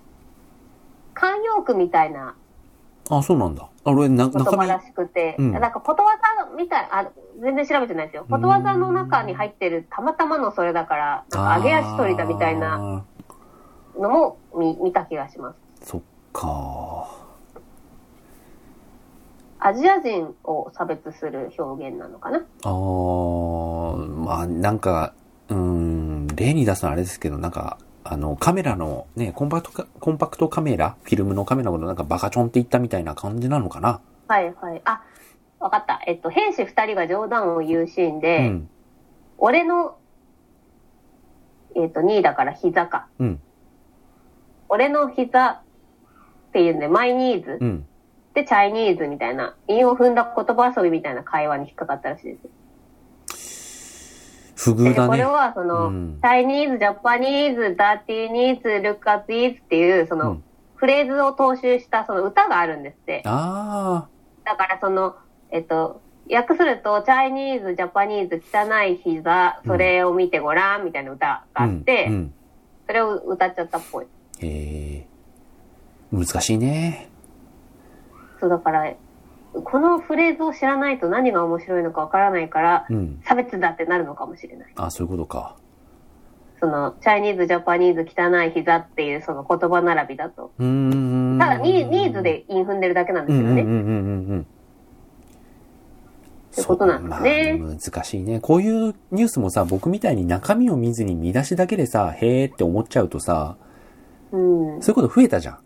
B: 慣用句みたいな
A: あ、そうなんだ。あ、俺、な、
B: 言
A: 中
B: 葉
A: 身
B: ら、しくて、
A: うん
B: なんかことわざみたい、あ、全然調べてないですよ。ことわざの中に入ってるたまたまのそれだから、なんか揚げ足取りだみたい
A: な。
B: なのも見見た気がします。
A: そっか。
B: アジア人を差別する表現なのかな。
A: あー、まあ、なんか、うーん、例に出すのはあれですけど、なんか、あの、カメラの、ね、コンパクトカ、コンパクトカメラ、フィルムのカメラのことなんかバカチョンって言ったみたいな感じなのかな。
B: はいはい。あ、わかった。えっと、兵士二人が冗談を言うシーン
A: う
B: で、
A: ん。
B: 俺の、えっ、と、2位だから膝か。
A: うん。
B: 俺の膝っていうんで、マイニーズ
A: うん。
B: でチャイニーズみたいな、韻を踏んだ言葉遊びみたいな会話に引っかかったらしいです。
A: 不遇
B: で
A: だ
B: これ
A: ね。
B: は、その、
A: うん
B: チャイニーズ、ジャパニーズ、ダーティーニーズ、ルッカツイーズっていう、そうの
A: ん、
B: フレーズを踏襲した、その歌があるんですって。
A: ああ。
B: だからその、えっと、訳すると、チャイニーズ、ジャパニーズ、汚い膝、それを見てごらん、みたいな歌があって、
A: うんうん、
B: それを歌っちゃったっぽい。
A: えー、難しいね。
B: そう、だから、このフレーズを知らないと何が面白いのかわからないから、
A: うん。
B: 差別だってなるのかもしれない。
A: あ、そういうことか。
B: その、チャイニーズ、ジャパニーズ、汚い膝っていうその言葉並びだと。
A: うーん。
B: ただ、ニーニーズで韻踏んでるだけなんですよね。
A: うんうんうんうんうん。
B: てことなんですね
A: そうまあ難しいね。こういうニュースもさ、僕みたいに中身を見ずに見出しだけでさ、へーって思っちゃうとさ、
B: うん。
A: そういうこと増えたじゃ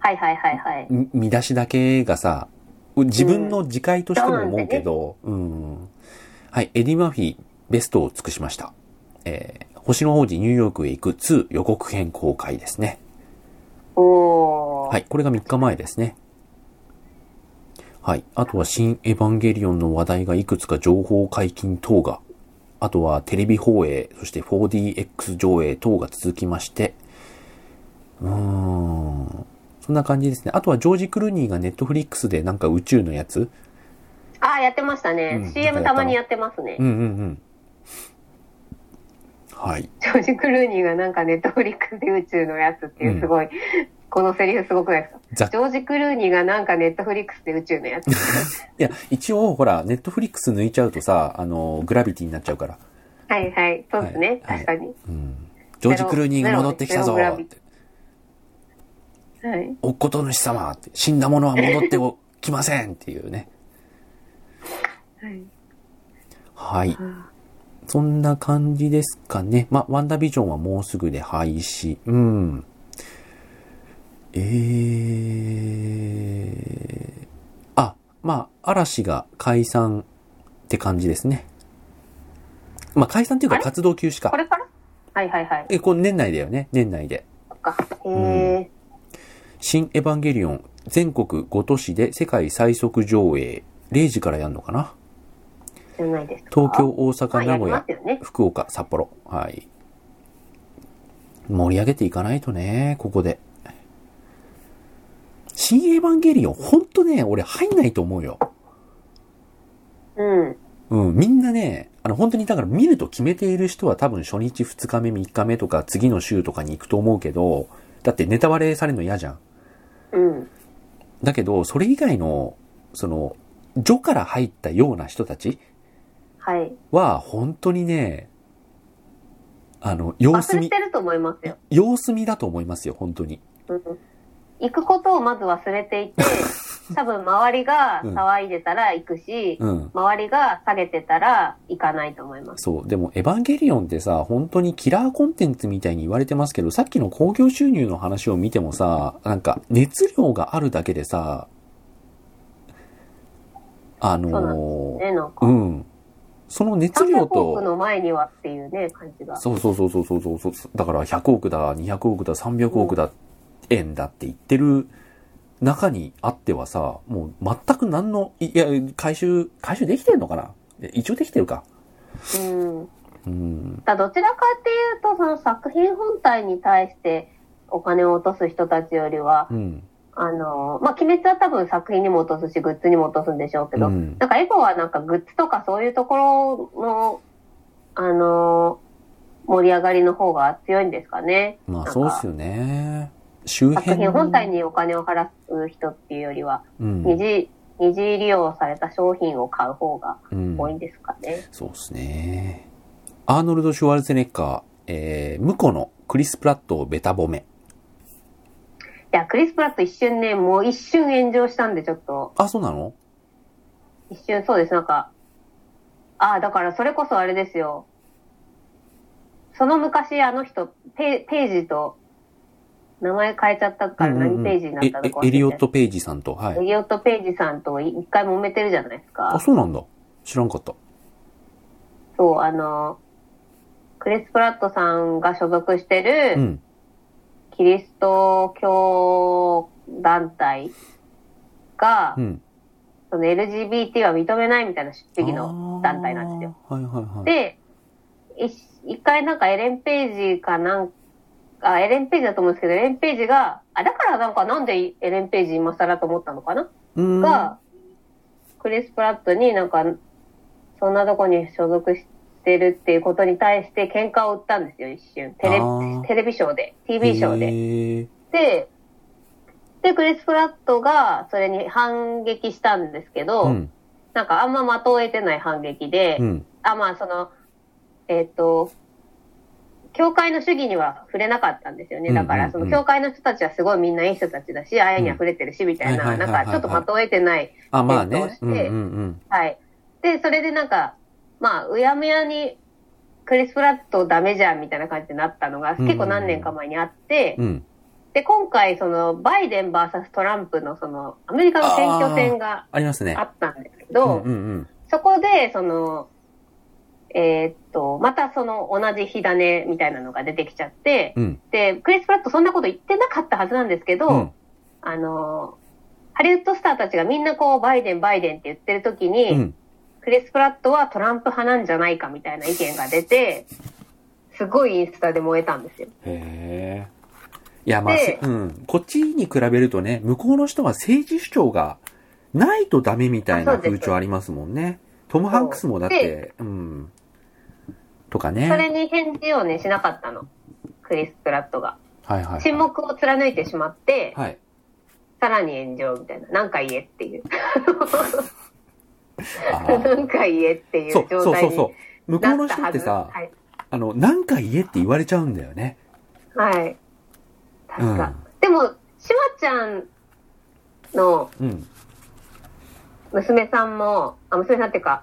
B: はいはいはいはい。
A: ん。み見出しだけがさ、自分の自戒としても思うけど、うん、はい、エディ・マーフィー、ベストを尽くしました。えー、星の王子ニューヨークへ行く2予告編公開ですね。
B: おー。
A: はい、これが3日前ですね。はい。あとは、新エヴァンゲリオンの話題がいくつか情報解禁等が、あとはテレビ放映、そして 4DX 上映等が続きまして、うーん。そんな感じですね。あとは、ジョージ・クルーニーがネットフリックスでなんか宇宙のやつ、
B: あー、やってましたね。
A: うん
B: CM たまにやってますね。
A: うんうんうん。はい。
B: ジョージ・クルーニーがなんかネットフリックスで宇宙のやつっていうすごい、このセリフすごくないですか
A: ざっ
B: ジョージ・クルーニーがなんかネットフリックスで宇宙のやつ。
A: いや、一応、ほら、ネットフリックス抜いちゃうとさ、あの、グラビティになっちゃうから。
B: はいはい、そうですね、
A: はい
B: 確かに。
A: うん。ジョージ・クルーニーが戻ってきたぞ
B: ゼ
A: っ
B: ロゼログラビ
A: て。
B: はい。
A: おっこと主様って、死んだ者は戻っておきませんっていうね。
B: はい、
A: はい。そんな感じですかね。まあ、ワンダービジョンはもうすぐで廃止。うん。えー。あ、まあ、嵐が解散って感じですね。まあ、解散っていうか
B: あれ
A: 活動休止
B: こ
A: か。
B: れからはいはいはい。
A: え、これ年内だよね。年内で。
B: そっか。へえ、
A: 新エヴァンゲリオン、全国5都市で世界最速上映。0時からやんのかな
B: じゃないですか。
A: 東京、大
B: ま
A: 阪、
B: あや
A: 名
B: り
A: 古
B: ま
A: 屋
B: す、よね。
A: 福岡、札幌。はい。盛り上げていかないとね、ここで。新エヴァンゲリオン、ほんとね、俺入んないと思うよ。
B: うん。
A: うん、みんなね、あの、本当にだから見ると決めている人は多分初日、2日目、3日目とか、次の週とかに行くと思うけど、だってネタバレされるの嫌じゃん。
B: うん。
A: だけど、それ以外の、その、序から入ったような人たち
B: はい。
A: は、本当にね、あの、様子
B: 忘れ
A: 見
B: て、ると思いますよ。
A: 様子見だと思いますよ、本当に。
B: うん。行くことをまず忘れていて、多分周りが騒いでたら行くし、
A: うん。
B: 周りが下げてたら行かないと思います。
A: そう。でも、エヴァンゲリオンってさ、本当にキラーコンテンツみたいに言われてますけど、さっきの興行収入の話を見てもさ、なんか、熱量があるだけでさ、あのー
B: ね、なんか。
A: うん。その熱
B: 三
A: 量
B: 百
A: と、
B: 億の前にはっていうね、感じが。
A: そうそうそうそうそうそうそう。だから100億だ、200億だ、300億だ、円だって言ってる中にあってはさ、もう全く何の、いいや、回収、回収できてるのかな一応できてるか。
B: うん。
A: うん。
B: だからどちらかっていうと、その作品本体に対してお金を落とす人たちよりは、
A: うん。
B: あの、まあ、鬼滅は多分作品にも落とすし、グッズにも落とすんでしょうけど、
A: うん
B: なんかエゴはなんかグッズとかそういうところの、あの、盛り上がりの方が強いんですかね。
A: まあ
B: なんか
A: そうっすよね。周辺
B: 作品本体
A: に。
B: にお金を払う人っていうよりは、
A: うん。
B: 二次、二次利用された商品を買う方が
A: うん
B: 多いんですかね。
A: そうですね。アーノルド・シュワルツェネッカー、えー、向こうのクリス・プラットをベタ褒め。
B: いや、クリス・プラット一瞬ね、もう一瞬炎上したんで、ちょっと、
A: あ、そうなの
B: 一瞬そうです、なんか、ああ、だからそれこそあれですよ。その昔あの人、ペページと、名前変えちゃったから
A: うんうんう
B: 何
A: ん
B: ページになったのか忘れて、
A: ええエリオット・ペイジさんと、は
B: エ
A: い。
B: リオット・ページさんと一回揉めてるじゃないです
A: あ、
B: か。
A: そうなんだ。知らんかった。
B: そう、あの、クリス・プラットさんが所属して
A: う
B: る
A: ん。
B: キリスト教団体が、
A: うん。
B: その LGBT は認めないみたいな出席の団体なんですよ。
A: あー。はいはいはい。
B: で、い一回なんかエレン・ページかなんか、エレン・ページだと思うんですけど、エレン・ページが、あ、だからなんかなんでエレン・ページ今更と思ったのかな
A: うん、
B: が、クリス・プラットになんか、そんなとこに所属してるっていうことに対して喧嘩を売ったんですよ、一瞬。テレ
A: あー
B: テレビショーで、TV ショーで。
A: で。
B: で、で、クリス・プラットがそれに反撃したんですけど、
A: うん。
B: なんかあんま的を得てない反撃で、
A: うん。
B: あ、まあその、えっ、と、教会の主義には触れなかったんですよね。だか
A: うん
B: ら、
A: う
B: そ
A: んうん
B: の教会の人たちはすごいみんないい人たちだし、愛に溢れてるし、みたい
A: はいは
B: な、
A: いは
B: ないん
A: はいはい
B: かちょっと的を得てない
A: あ、まあ
B: 検討
A: ね
B: し。て
A: うんうん
B: はい。で、それでなんか、まあ、うやむやに、クリス・プラットダメじゃんみたいな感じになったのが、
A: ん
B: 結構何年か前にあって、
A: うん。うん。
B: で、今回、その、バイデン VS トランプの、その、アメリカの選挙戦が
A: ありますね
B: あ。ったんですけ
A: う
B: ど、
A: んうんうん。
B: そこで、その、えーっと、またその、同じ火種みたいなのが出てきちゃって、
A: うん。
B: で、クリス・プラットそんなこと言ってなかったはずなんですけど、
A: うん。
B: あの、ハリウッドスターたちがみんなこう、バイデン、バイデンって言ってる時に、
A: うん。
B: クリス・プラットはトランプ派なんじゃないかみたいな意見が出て、すごいインスタで燃えたんですよ。
A: へえ。いや、まあ、
B: で
A: せうん。こっちに比べるとね、向こうの人は政治主張がないとダメみたいな
B: あそうです
A: 風潮ありますもんね。トム・ハンクスもだって、うん。とかね。
B: そ
A: はい
B: れに返事をね、しなかったの。クリス・プラットが。
A: はいはい。
B: 沈黙を貫いてしまって、
A: はい。
B: さらに炎上みたいな。なんか言えっていう。
A: あー
B: なんか言えっていう
A: そうそ
B: 状
A: う
B: 態
A: そう
B: に
A: そう。向こう
B: な
A: の
B: った
A: 人っ
B: は
A: て
B: ず。
A: さ、
B: はい。
A: あの、何回言えって言われちゃうんだよね。
B: はい。確か。
A: うん
B: でも、しまちゃんの
A: うん。
B: 娘さんも、あ、娘さんっていうか、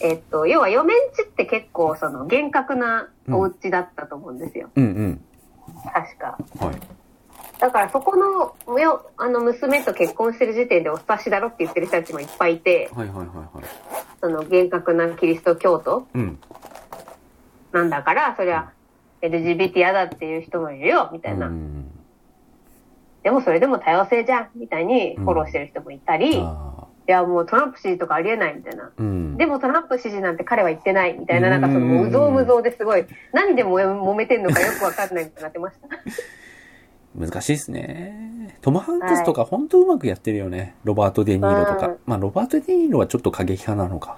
B: えっと、要は嫁んちって結構その厳格なお家だったと思うんですよ。
A: うん
B: 確か。
A: うん。はい。
B: だからそこの、よあの娘と結婚してる時点でお察しだろって言ってる人たちもいっぱいいて、
A: はいはいはいはい。
B: その厳格なキリスト教徒
A: うん。
B: なんだから、そりゃ LGBT 嫌だっていう人もいるよ、みたいな。
A: うん。
B: でもそれでも多様性じゃん、みたいにフォローしてる人もいたり、い
A: あ
B: やもうトランプ支持とかありえないみたいな。
A: ーうん。
B: でもトランプ支持なんて彼は言ってないみたいな、なんかその
A: うん
B: もううぞうむぞうですごい、何でも揉めてんのかよくわかんないみたいになって ました。
A: 難しいですね。トム・ハンクスとか本当うまくやってるよね。ロバート・デ・ニーロとか。
B: うん
A: まあ、ロバート・デ・ニーロはちょっと過激派なのか。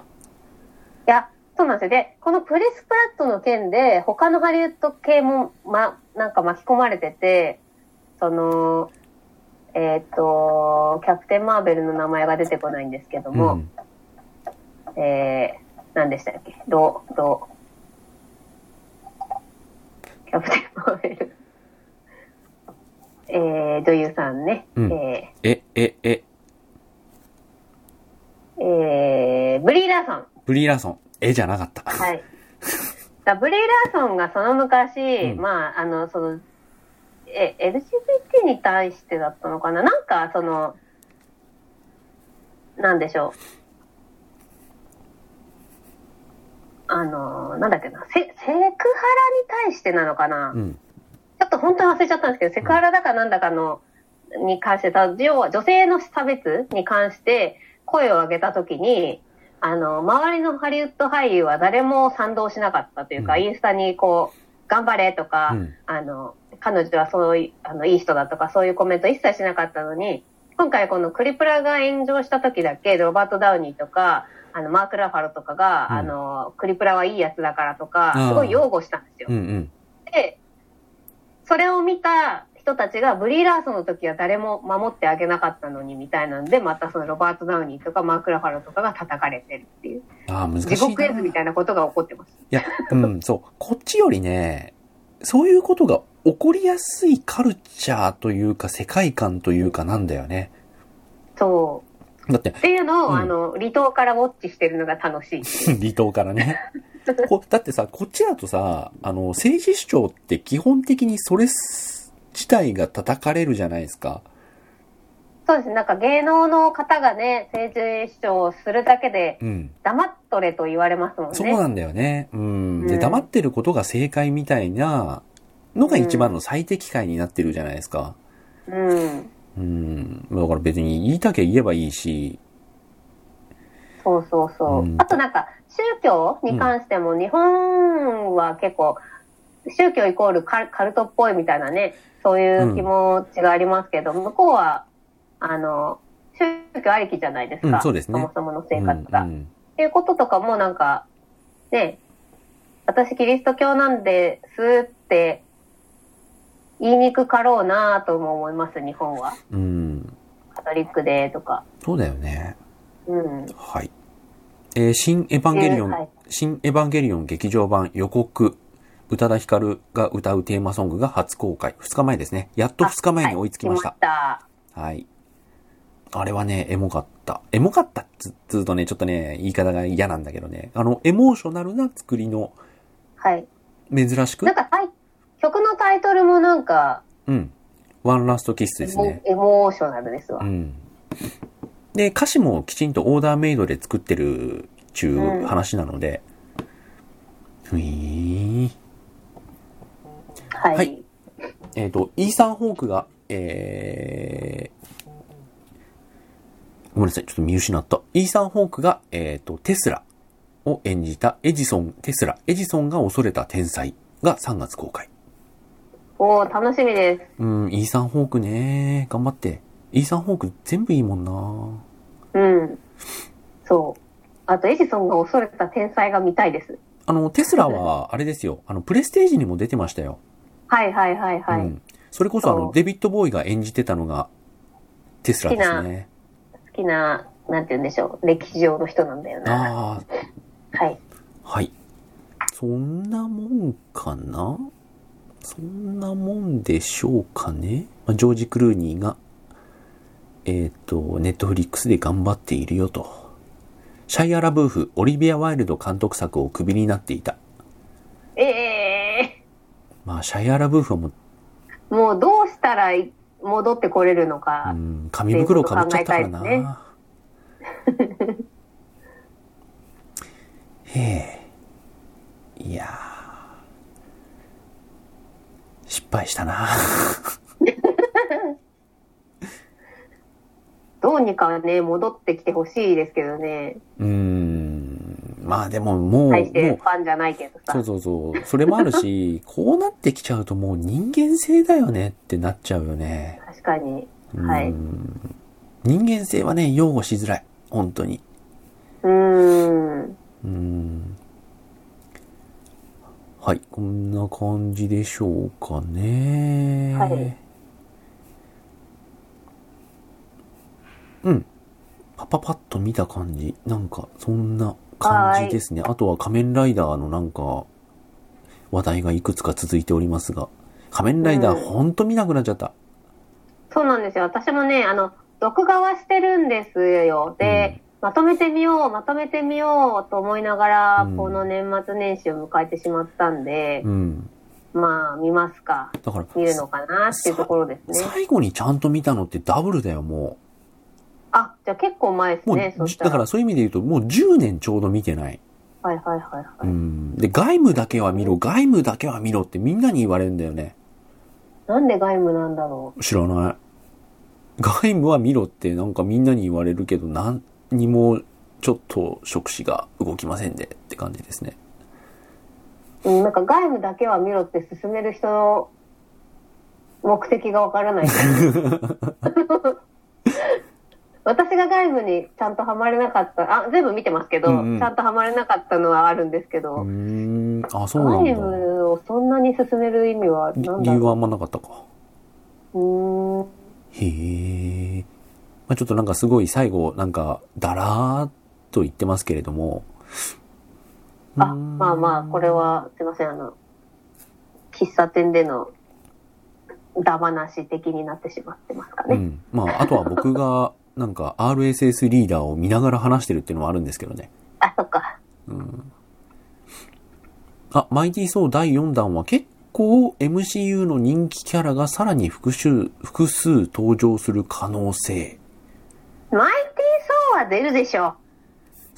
B: いや、そうなんですよ。で、このプレスプラットの件で、他のハリウッド系も、ま、なんか巻き込まれてて、その、えっ、と、キャプテン・マーベルの名前が出てこないんですけど
A: う
B: も、
A: ん。
B: えー、何でしたっけどう、どう、キャプテン・マーベル。えー、女優さんね。
A: うん
B: え
A: え、え、え、
B: ー、えー、ブリー・ラーソン。
A: ブリー・ラーソン。えじゃなかった。
B: はい。だブレイ・ラーソンがその昔、
A: うん
B: まあ、あの、その、え、LGBT に対してだったのかななんか、その、なんでしょう。あの、なんだっけな、せセクハラに対してなのかな、
A: う
B: ち
A: ん。
B: ょっと本当に忘れちゃったんですけど、セクハラだかなんだかの、に関して、た要は女性の差別に関して声を上げたときに、あの、周りのハリウッド俳優は誰も賛同しなかったというか、
A: うん
B: インスタにこう、頑張れとか、
A: うん
B: あの、彼女はそういう、あの、いい人だとか、そういうコメント一切しなかったのに、今回このクリプラが炎上した時だけ、ロバート・ダウニーとか、あの、マーク・ラファロとかが、
A: うん
B: あの、クリプラはいいやつだからと
A: あー
B: か、すごい擁護したんですよ
A: うん。うん。
B: で、それを見た人たちが、ブリー・ラーソンの時は誰も守ってあげなかったのに、みたいなんで、またそのロバート・ダウニーとかマーク・ラファロとかが叩かれてるっていう、
A: ああ、難しいな。
B: 地獄絵図みたいなことが起こってます。
A: いや、うん、そう。こっちよりね、そういうことが起こりやすいカルチャーというか世界観というかなんだよね。
B: そ
A: だって
B: う。っ、ていうのを、
A: うん
B: あの、離島からウォッチしてるのが楽しいっていう。
A: 離島からね。こだってさ、こっちだとさ、あの、政治主張って基本的にそれ自体が叩かれるじゃないですか。
B: そうですね。なんか芸能の方がね、政治主張をするだけで、
A: うん。
B: 黙っとれと言われますもんね。
A: そうなんだよね。うん。
B: う
A: で、
B: ん
A: 黙ってることが正解みたいなのが一番の最適解になってるじゃないですか。
B: うん。
A: うん。だから別に言いたきゃ言えばいいし、
B: そうそうそう。
A: うん
B: あとなんか、宗教に関しても、日本は結構、宗教イコールカルカルトっぽいみたいなね、そういう気持ちがありますけど、向こうは、あの、宗教ありきじゃないですか。
A: うんそうですね
B: もそもの
A: う
B: 生
A: ん、う
B: 活が。
A: ん。
B: っていうこととかもなんか、ね、私キリスト教なんですって言いにくかろうなとも思います、日本は。
A: うん。
B: カトリックでとか。
A: そうだよね。
B: うん。
A: はい。えー新エヴァンゲリオン、
B: はい
A: 新エヴァンゲリオン劇場版予告、宇多田ヒカルが歌うテーマソングが初公開。2日前ですね。やっと2日前に追いつきました
B: はい。来ました
A: はい。あれはね、エモかった。エモかったっつつうとね、ちょっとね、言い方が嫌なんだけどね。あの、エモーショナルな作りの、
B: はい。
A: 珍しく
B: なんかタイ、曲のタイトルもなんか、
A: うん。ワンラストキスですね。
B: エモーショナルですわ。
A: うん。で、歌詞もきちんとオーダーメイドで作ってるっちゅう話なので。ふいーん
B: はい。
A: はいえっ、と、イーサン・ホークが、えーごめんなさい、ちょっと見失った。イーサン・ホークが、えっ、と、テスラを演じたエジソン、テスラ、エジソンが恐れた天才が3月公開。
B: おー、楽しみです。
A: うん、イーサン・ホークね、頑張って。イーサン・ホーク全部いいもんな
B: うん。そう。あと、エジソンが恐れた天才が見たいです。
A: あの、テスラは、あれですよ、あの、プレステージにも出てましたよ。
B: はいはいはいはい。
A: うん。それこそ、あ
B: そ
A: の、
B: う
A: デビッド・ボーイが演じてたのが、テスラですね。
B: 好きな、なんて言うんでしょう、歴史上の人なんだよな。
A: ああ、
B: はい。
A: はい。そんなもんかなそんなもんでしょうかね、まあ、ジョージ・クルーニーが、えっ、と、ネットフリックスで頑張っているよと。シャイア・ラブーフ、オリビア・ワイルド監督作をクビになっていた。
B: ええ
A: まあ、シャイア・ラブーフはもう、
B: ー、もうどうしたら戻ってこれるの
A: う
B: か。
A: ん、紙袋をかぶっちゃったからな。
B: っていうこと
A: へえ。いやー失敗したな。
B: どうにかね、戻ってきてほしいですけどね。
A: うーん。まあでももう、も
B: 大してフ
A: う、
B: ァンじゃないけど
A: そう
B: さ。
A: そうそう。それもある し、こうなってきちゃうともう人間性だよねってなっちゃうよね。
B: 確かに。
A: うーん
B: はい。
A: 人間性はね、擁護しづらい。本当に。
B: うーん。
A: うーん。はい。こんな感じでしょうかね。
B: はい
A: うん。パパパッと見た感じ。なんか、そんな感じですね。あとは仮面ライダーのなんか、話題がいくつか続いておりますが。仮面ライダー、
B: うん
A: ほんと見なくなっちゃった。
B: そうなんですよ。私もね、あの、録画はしてるんですよ。で、まとめてみよう、まとめてみようと思いながら、
A: うん
B: この年末年始を迎えてしまったんで
A: う、ん。
B: まあ、見ますか。
A: だから、
B: 見るのかなっていうところですね。
A: 最後にちゃんと見たのってダブルだよ、も
B: あ、じゃあ結構前です
A: う。もう、
B: ね。そした
A: だ
B: ら。
A: からそういう意味で言うと、もう10年ちょうど見てない。
B: はいはいはいは
A: う
B: い。
A: ん。で、外務だけは見ろ、外務だけは見ろってみんなに言われるんだよね。
B: なんで外務なんだろ
A: 知らない。外務は見ろってなんかみんなに言われるけど、何にもちょっと触手が動きませんでって感じですね。
B: う。うん、なんか外務だけは見ろって進める人の目的がわか らない。私が外務にちゃんとハマれなかった、あ、全部見てますけど、
A: うんうん
B: ちゃんとハマれなかったのはあるんですけ
A: うーん。
B: ど、
A: あ、そうな
B: 外
A: んだ。
B: 務をそんなに進める意味は
A: り
B: 何
A: 理
B: だ
A: 由
B: ろ
A: はあんまなかったか。
B: う。うーん。
A: へえ。まあ、ちょっとなんかすごい最後、なんか、だらーっと言ってますけれども。
B: あ、
A: うーん
B: まあまあ、これは、すいません、あの、喫茶店での、だ話的になってしまってますか
A: う
B: ね。
A: ん。まあ、あとは僕が、なんか RSS リーダーを見ながら話してるっていうのはあるんですけどね。
B: あ、そっか。
A: うん。あ、マイティー・ソー第4弾は結後、MCU の人気キャラがさらに複数、複数登場する可能性。
B: マイティー・ソーは出るでしょ。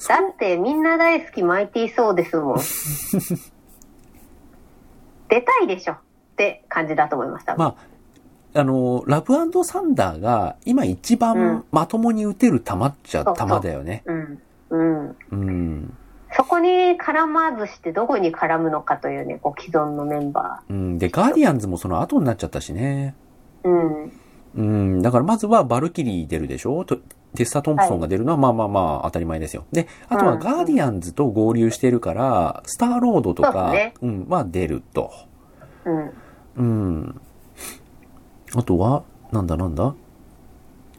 B: だってみんな大好きマイティー・ソーで すもん。出たいでしょって感じだと思いました。
A: まあ、あの、ラブサンダーが今一番まともに打てる球っちゃ
B: そうそう
A: 球だよね。
B: うん。うん。
A: うん。
B: そこに絡まずしてどこに絡むのかというね、こう既存のメンバ
A: うん。で、ガーディアンズもその後になっちゃったしね。
B: ー。うん。
A: うん、だからまずはバルキリー出るでしょとテスタ・トンプソンが出るのはまあまあまあ当たり前ですよ。で、あとは
B: うん
A: ガーディアンズと合流してるから、スターロードと
B: そう
A: か、
B: ね
A: うん、は出ると。
B: うん。
A: うん。あとは、なんだなんだ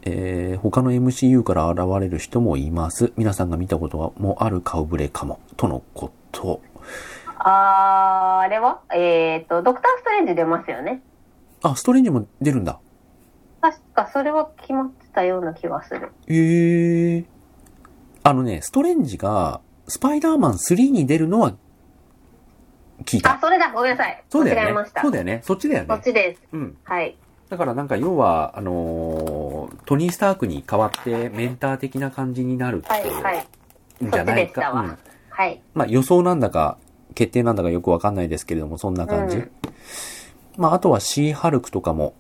A: えー、他の MCU から現れる人もいます。皆さんが見たことはもうある顔ぶれかも。とのこと。
B: あー、あれはえっ、と、ドクター・ストレンジ出ますよね。
A: あ、ストレンジも出るんだ。
B: 確かそれは決まってたような気がする。
A: ええあのね、ストレンジが、スパイダーマン3に出るのは、聞い
B: あ
A: た、。
B: それだごめんなさい。
A: そうだ
B: 間違え
A: よ
B: まし
A: ね。
B: た。
A: そうだよね。そっちだよ
B: そっ
A: ね。
B: ちです。
A: うん。
B: はい。
A: だからなんか要は、あのートニー・スタークに代わってメンター的な感じになるって
B: はいい、はい。
A: うんじゃない
B: そっちでした
A: か。
B: わ
A: うん
B: はい。
A: まあ予想なんだか、決定なんだかよくわかんないですけれども、そんな感じ。
B: うん
A: まああとはシー・ハルクとかも、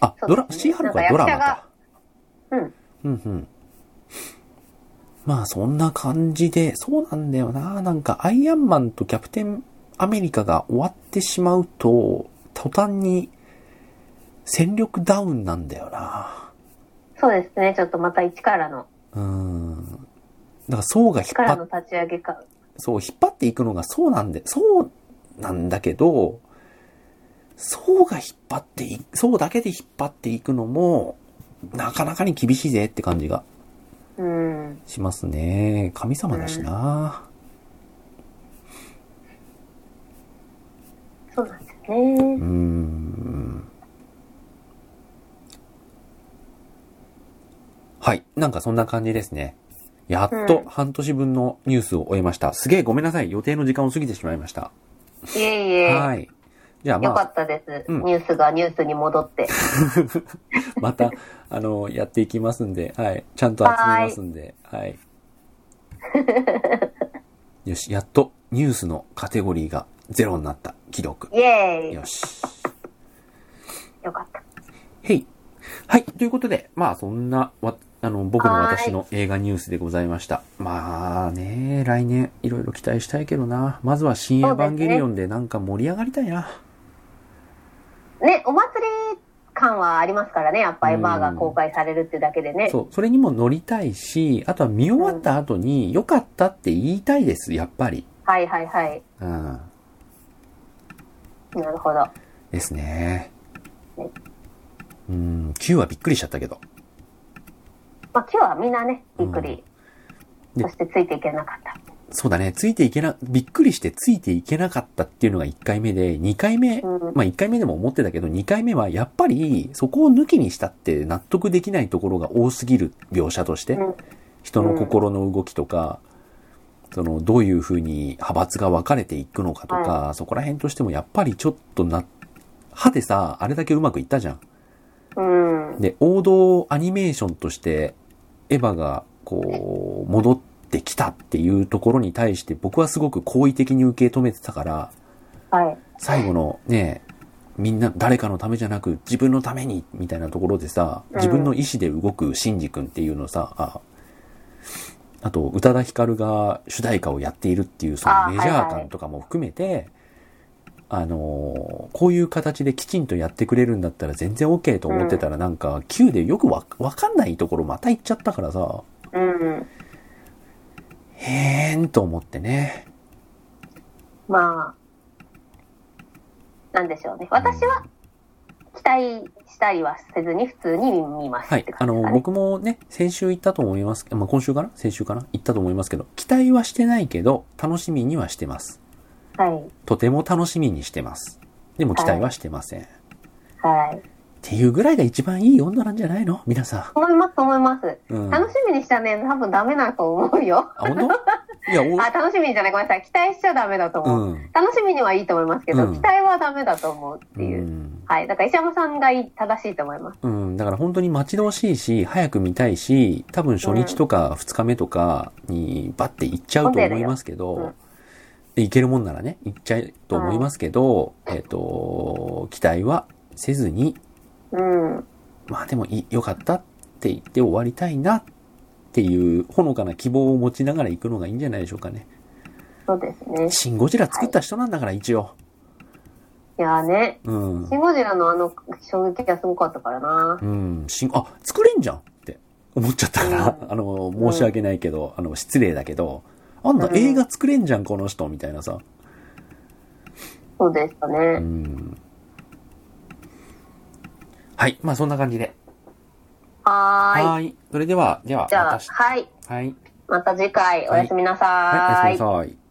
A: あ、
B: そうで
A: ド
B: すね
A: ラ、シー・ハルクはドラマ
B: なん
A: か
B: か。うん。
A: うんうん。まあそんな感じで、そうなんだよな。なんかアイアンマンとキャプテンアメリカが終わってしまうと、途端に戦力ダウンなんだよな。
B: そうですね。ちょっとまた一からの、
A: うん。だからそうが引
B: 一
A: っ
B: から
A: 張
B: の
A: っ、
B: 立ち上げか。
A: そう、引っ張っていくのがそうなんで、そうなんだけど、そうが引っ張ってい、そうだけで引っ張っていくのも、なかなかに厳しいぜって感じが
B: うん。
A: しますね。神様だしな。
B: そうなんですね
A: う。ーん。はい。なんかそんな感じですね。やっと
B: うん
A: 半年分のニュースを終えました。すげえごめんなさい。予定の時間を過ぎてしまいました。
B: いえいえ。
A: はい。じゃあ
B: よか
A: まあ、
B: ったです、
A: うん
B: ニュースがニュースに戻って。
A: また、あの、やっていきますんで、はい。ちゃんと集めますんで、はい。 よし、やっとニュースのカテゴリーがゼロになった。既読。
B: イエーイ
A: よし。
B: よかった。
A: へい。はい。ということで、まあそんな、わ、あの、僕の私の映画ニュースでございました。まあね、来年いろいろ期待したいけどな。まずは新エヴァンゲリオンでなんか盛り上がりたいな。
B: ね、お祭り感はありますからね。やっぱエ
A: うん
B: ヴァが公開されるってだけでね。
A: そう。それにも乗りたいし、あとは見終わった後に良かったって言いたいです、やっぱり。
B: はいはいはい。
A: うん。
B: なるほど。
A: ですね。うん、9はびっくりしちゃったけど。
B: まあ今日はみんなね、びっくり。
A: うんで
B: そしてついていけなかった。
A: そうだね。ついていけな、びっくりしてついていけなかったっていうのが1回目で、2回目、
B: うん
A: まあ1回目でも思ってたけど、2回目はやっぱりそこを抜きにしたって納得できないところが多すぎる描写として、
B: うん
A: 人の心の動きとか、そのどういうふうに派閥が分かれていくのかとか、そこら辺としてもやっぱりちょっとな、歯でさ、あれだけうまくいったじゃん。
B: うん。
A: で、王道アニメーションとして、エヴァが、こう、戻ってきたっていうところに対して、僕はすごく好意的に受け止めてたから、
B: はい。
A: 最後のね、みんな誰かのためじゃなく自分のためにみたいなところでさ、
B: うん
A: 自分の意志で動くシンジ君っていうのさ、ああと、宇多田ヒカルが主題歌をやっているっていうその
B: あ
A: メジャー
B: はいは
A: 感
B: い
A: とかも含めて、あのーこういう形できちんとやってくれるんだったら全然 OK と思ってたらなんか Q でよくわわかんないところまた行っちゃったからさ、
B: うん。
A: へーんと思ってね。
B: まあ、なんでしょうね。私は期待したりはせずに普通に見ます
A: は
B: っ
A: い
B: て。
A: あ
B: 感じ
A: の、
B: ですかね。
A: 僕もね、先週行ったと思います。まあ、今週かな先週かな行ったと思いますけど、期待はしてないけど、楽しみにはしてます。
B: はい。
A: とても楽しみにしてます。でも期待はしてません。っ
B: はい。
A: ていうぐらいが一番いい温度なんじゃないの皆さ
B: 思います、思います。
A: ん。うん。
B: 楽しみにしたね、多分ダメだと思うよ。
A: あ、本当いや、お、
B: あ、楽しみじゃない。ごめんなさい。期待しちゃダメだと思う。
A: うん
B: 楽しみにはいいと思いますけど、
A: うん
B: 期待はダメだと思うっていう。
A: ん。
B: はい。だから石山さんがいい正しいと思います。
A: うん、だから本当に待ち遠しいし、早く見たいし、多分初日とか2日目とかにバッて行っちゃうと思いますけ
B: 混んでる
A: ど、
B: よ
A: で行けるもんならね、行っちゃうと思いますけど、えっ、と、期待はせずに、
B: うん。
A: まあでもいい良かったって言って終わりたいなっていう、ほのかな希望を持ちながら行くのがいいんじゃないでしょうかね。
B: そうですね。
A: シン・ゴジラ作った人なんだから一応。
B: いやーね。
A: うん
B: シ。ンゴジラのあの衝撃がすごかったからな。
A: うん、シン、あ、作れんじゃんって思っちゃったから、 あの、申し訳ないけど、あの、失礼だけど、あんな
B: うん
A: 映画作れんじゃん、この人、みたいなさ。
B: そうでしたね。
A: うん。はい。まあ、そんな感じで。
B: はーい。
A: い。それでは、では、
B: じゃあ、
A: 私
B: はい。
A: はい。
B: また次回、おやすみなさー
A: はい。おやすみなさい。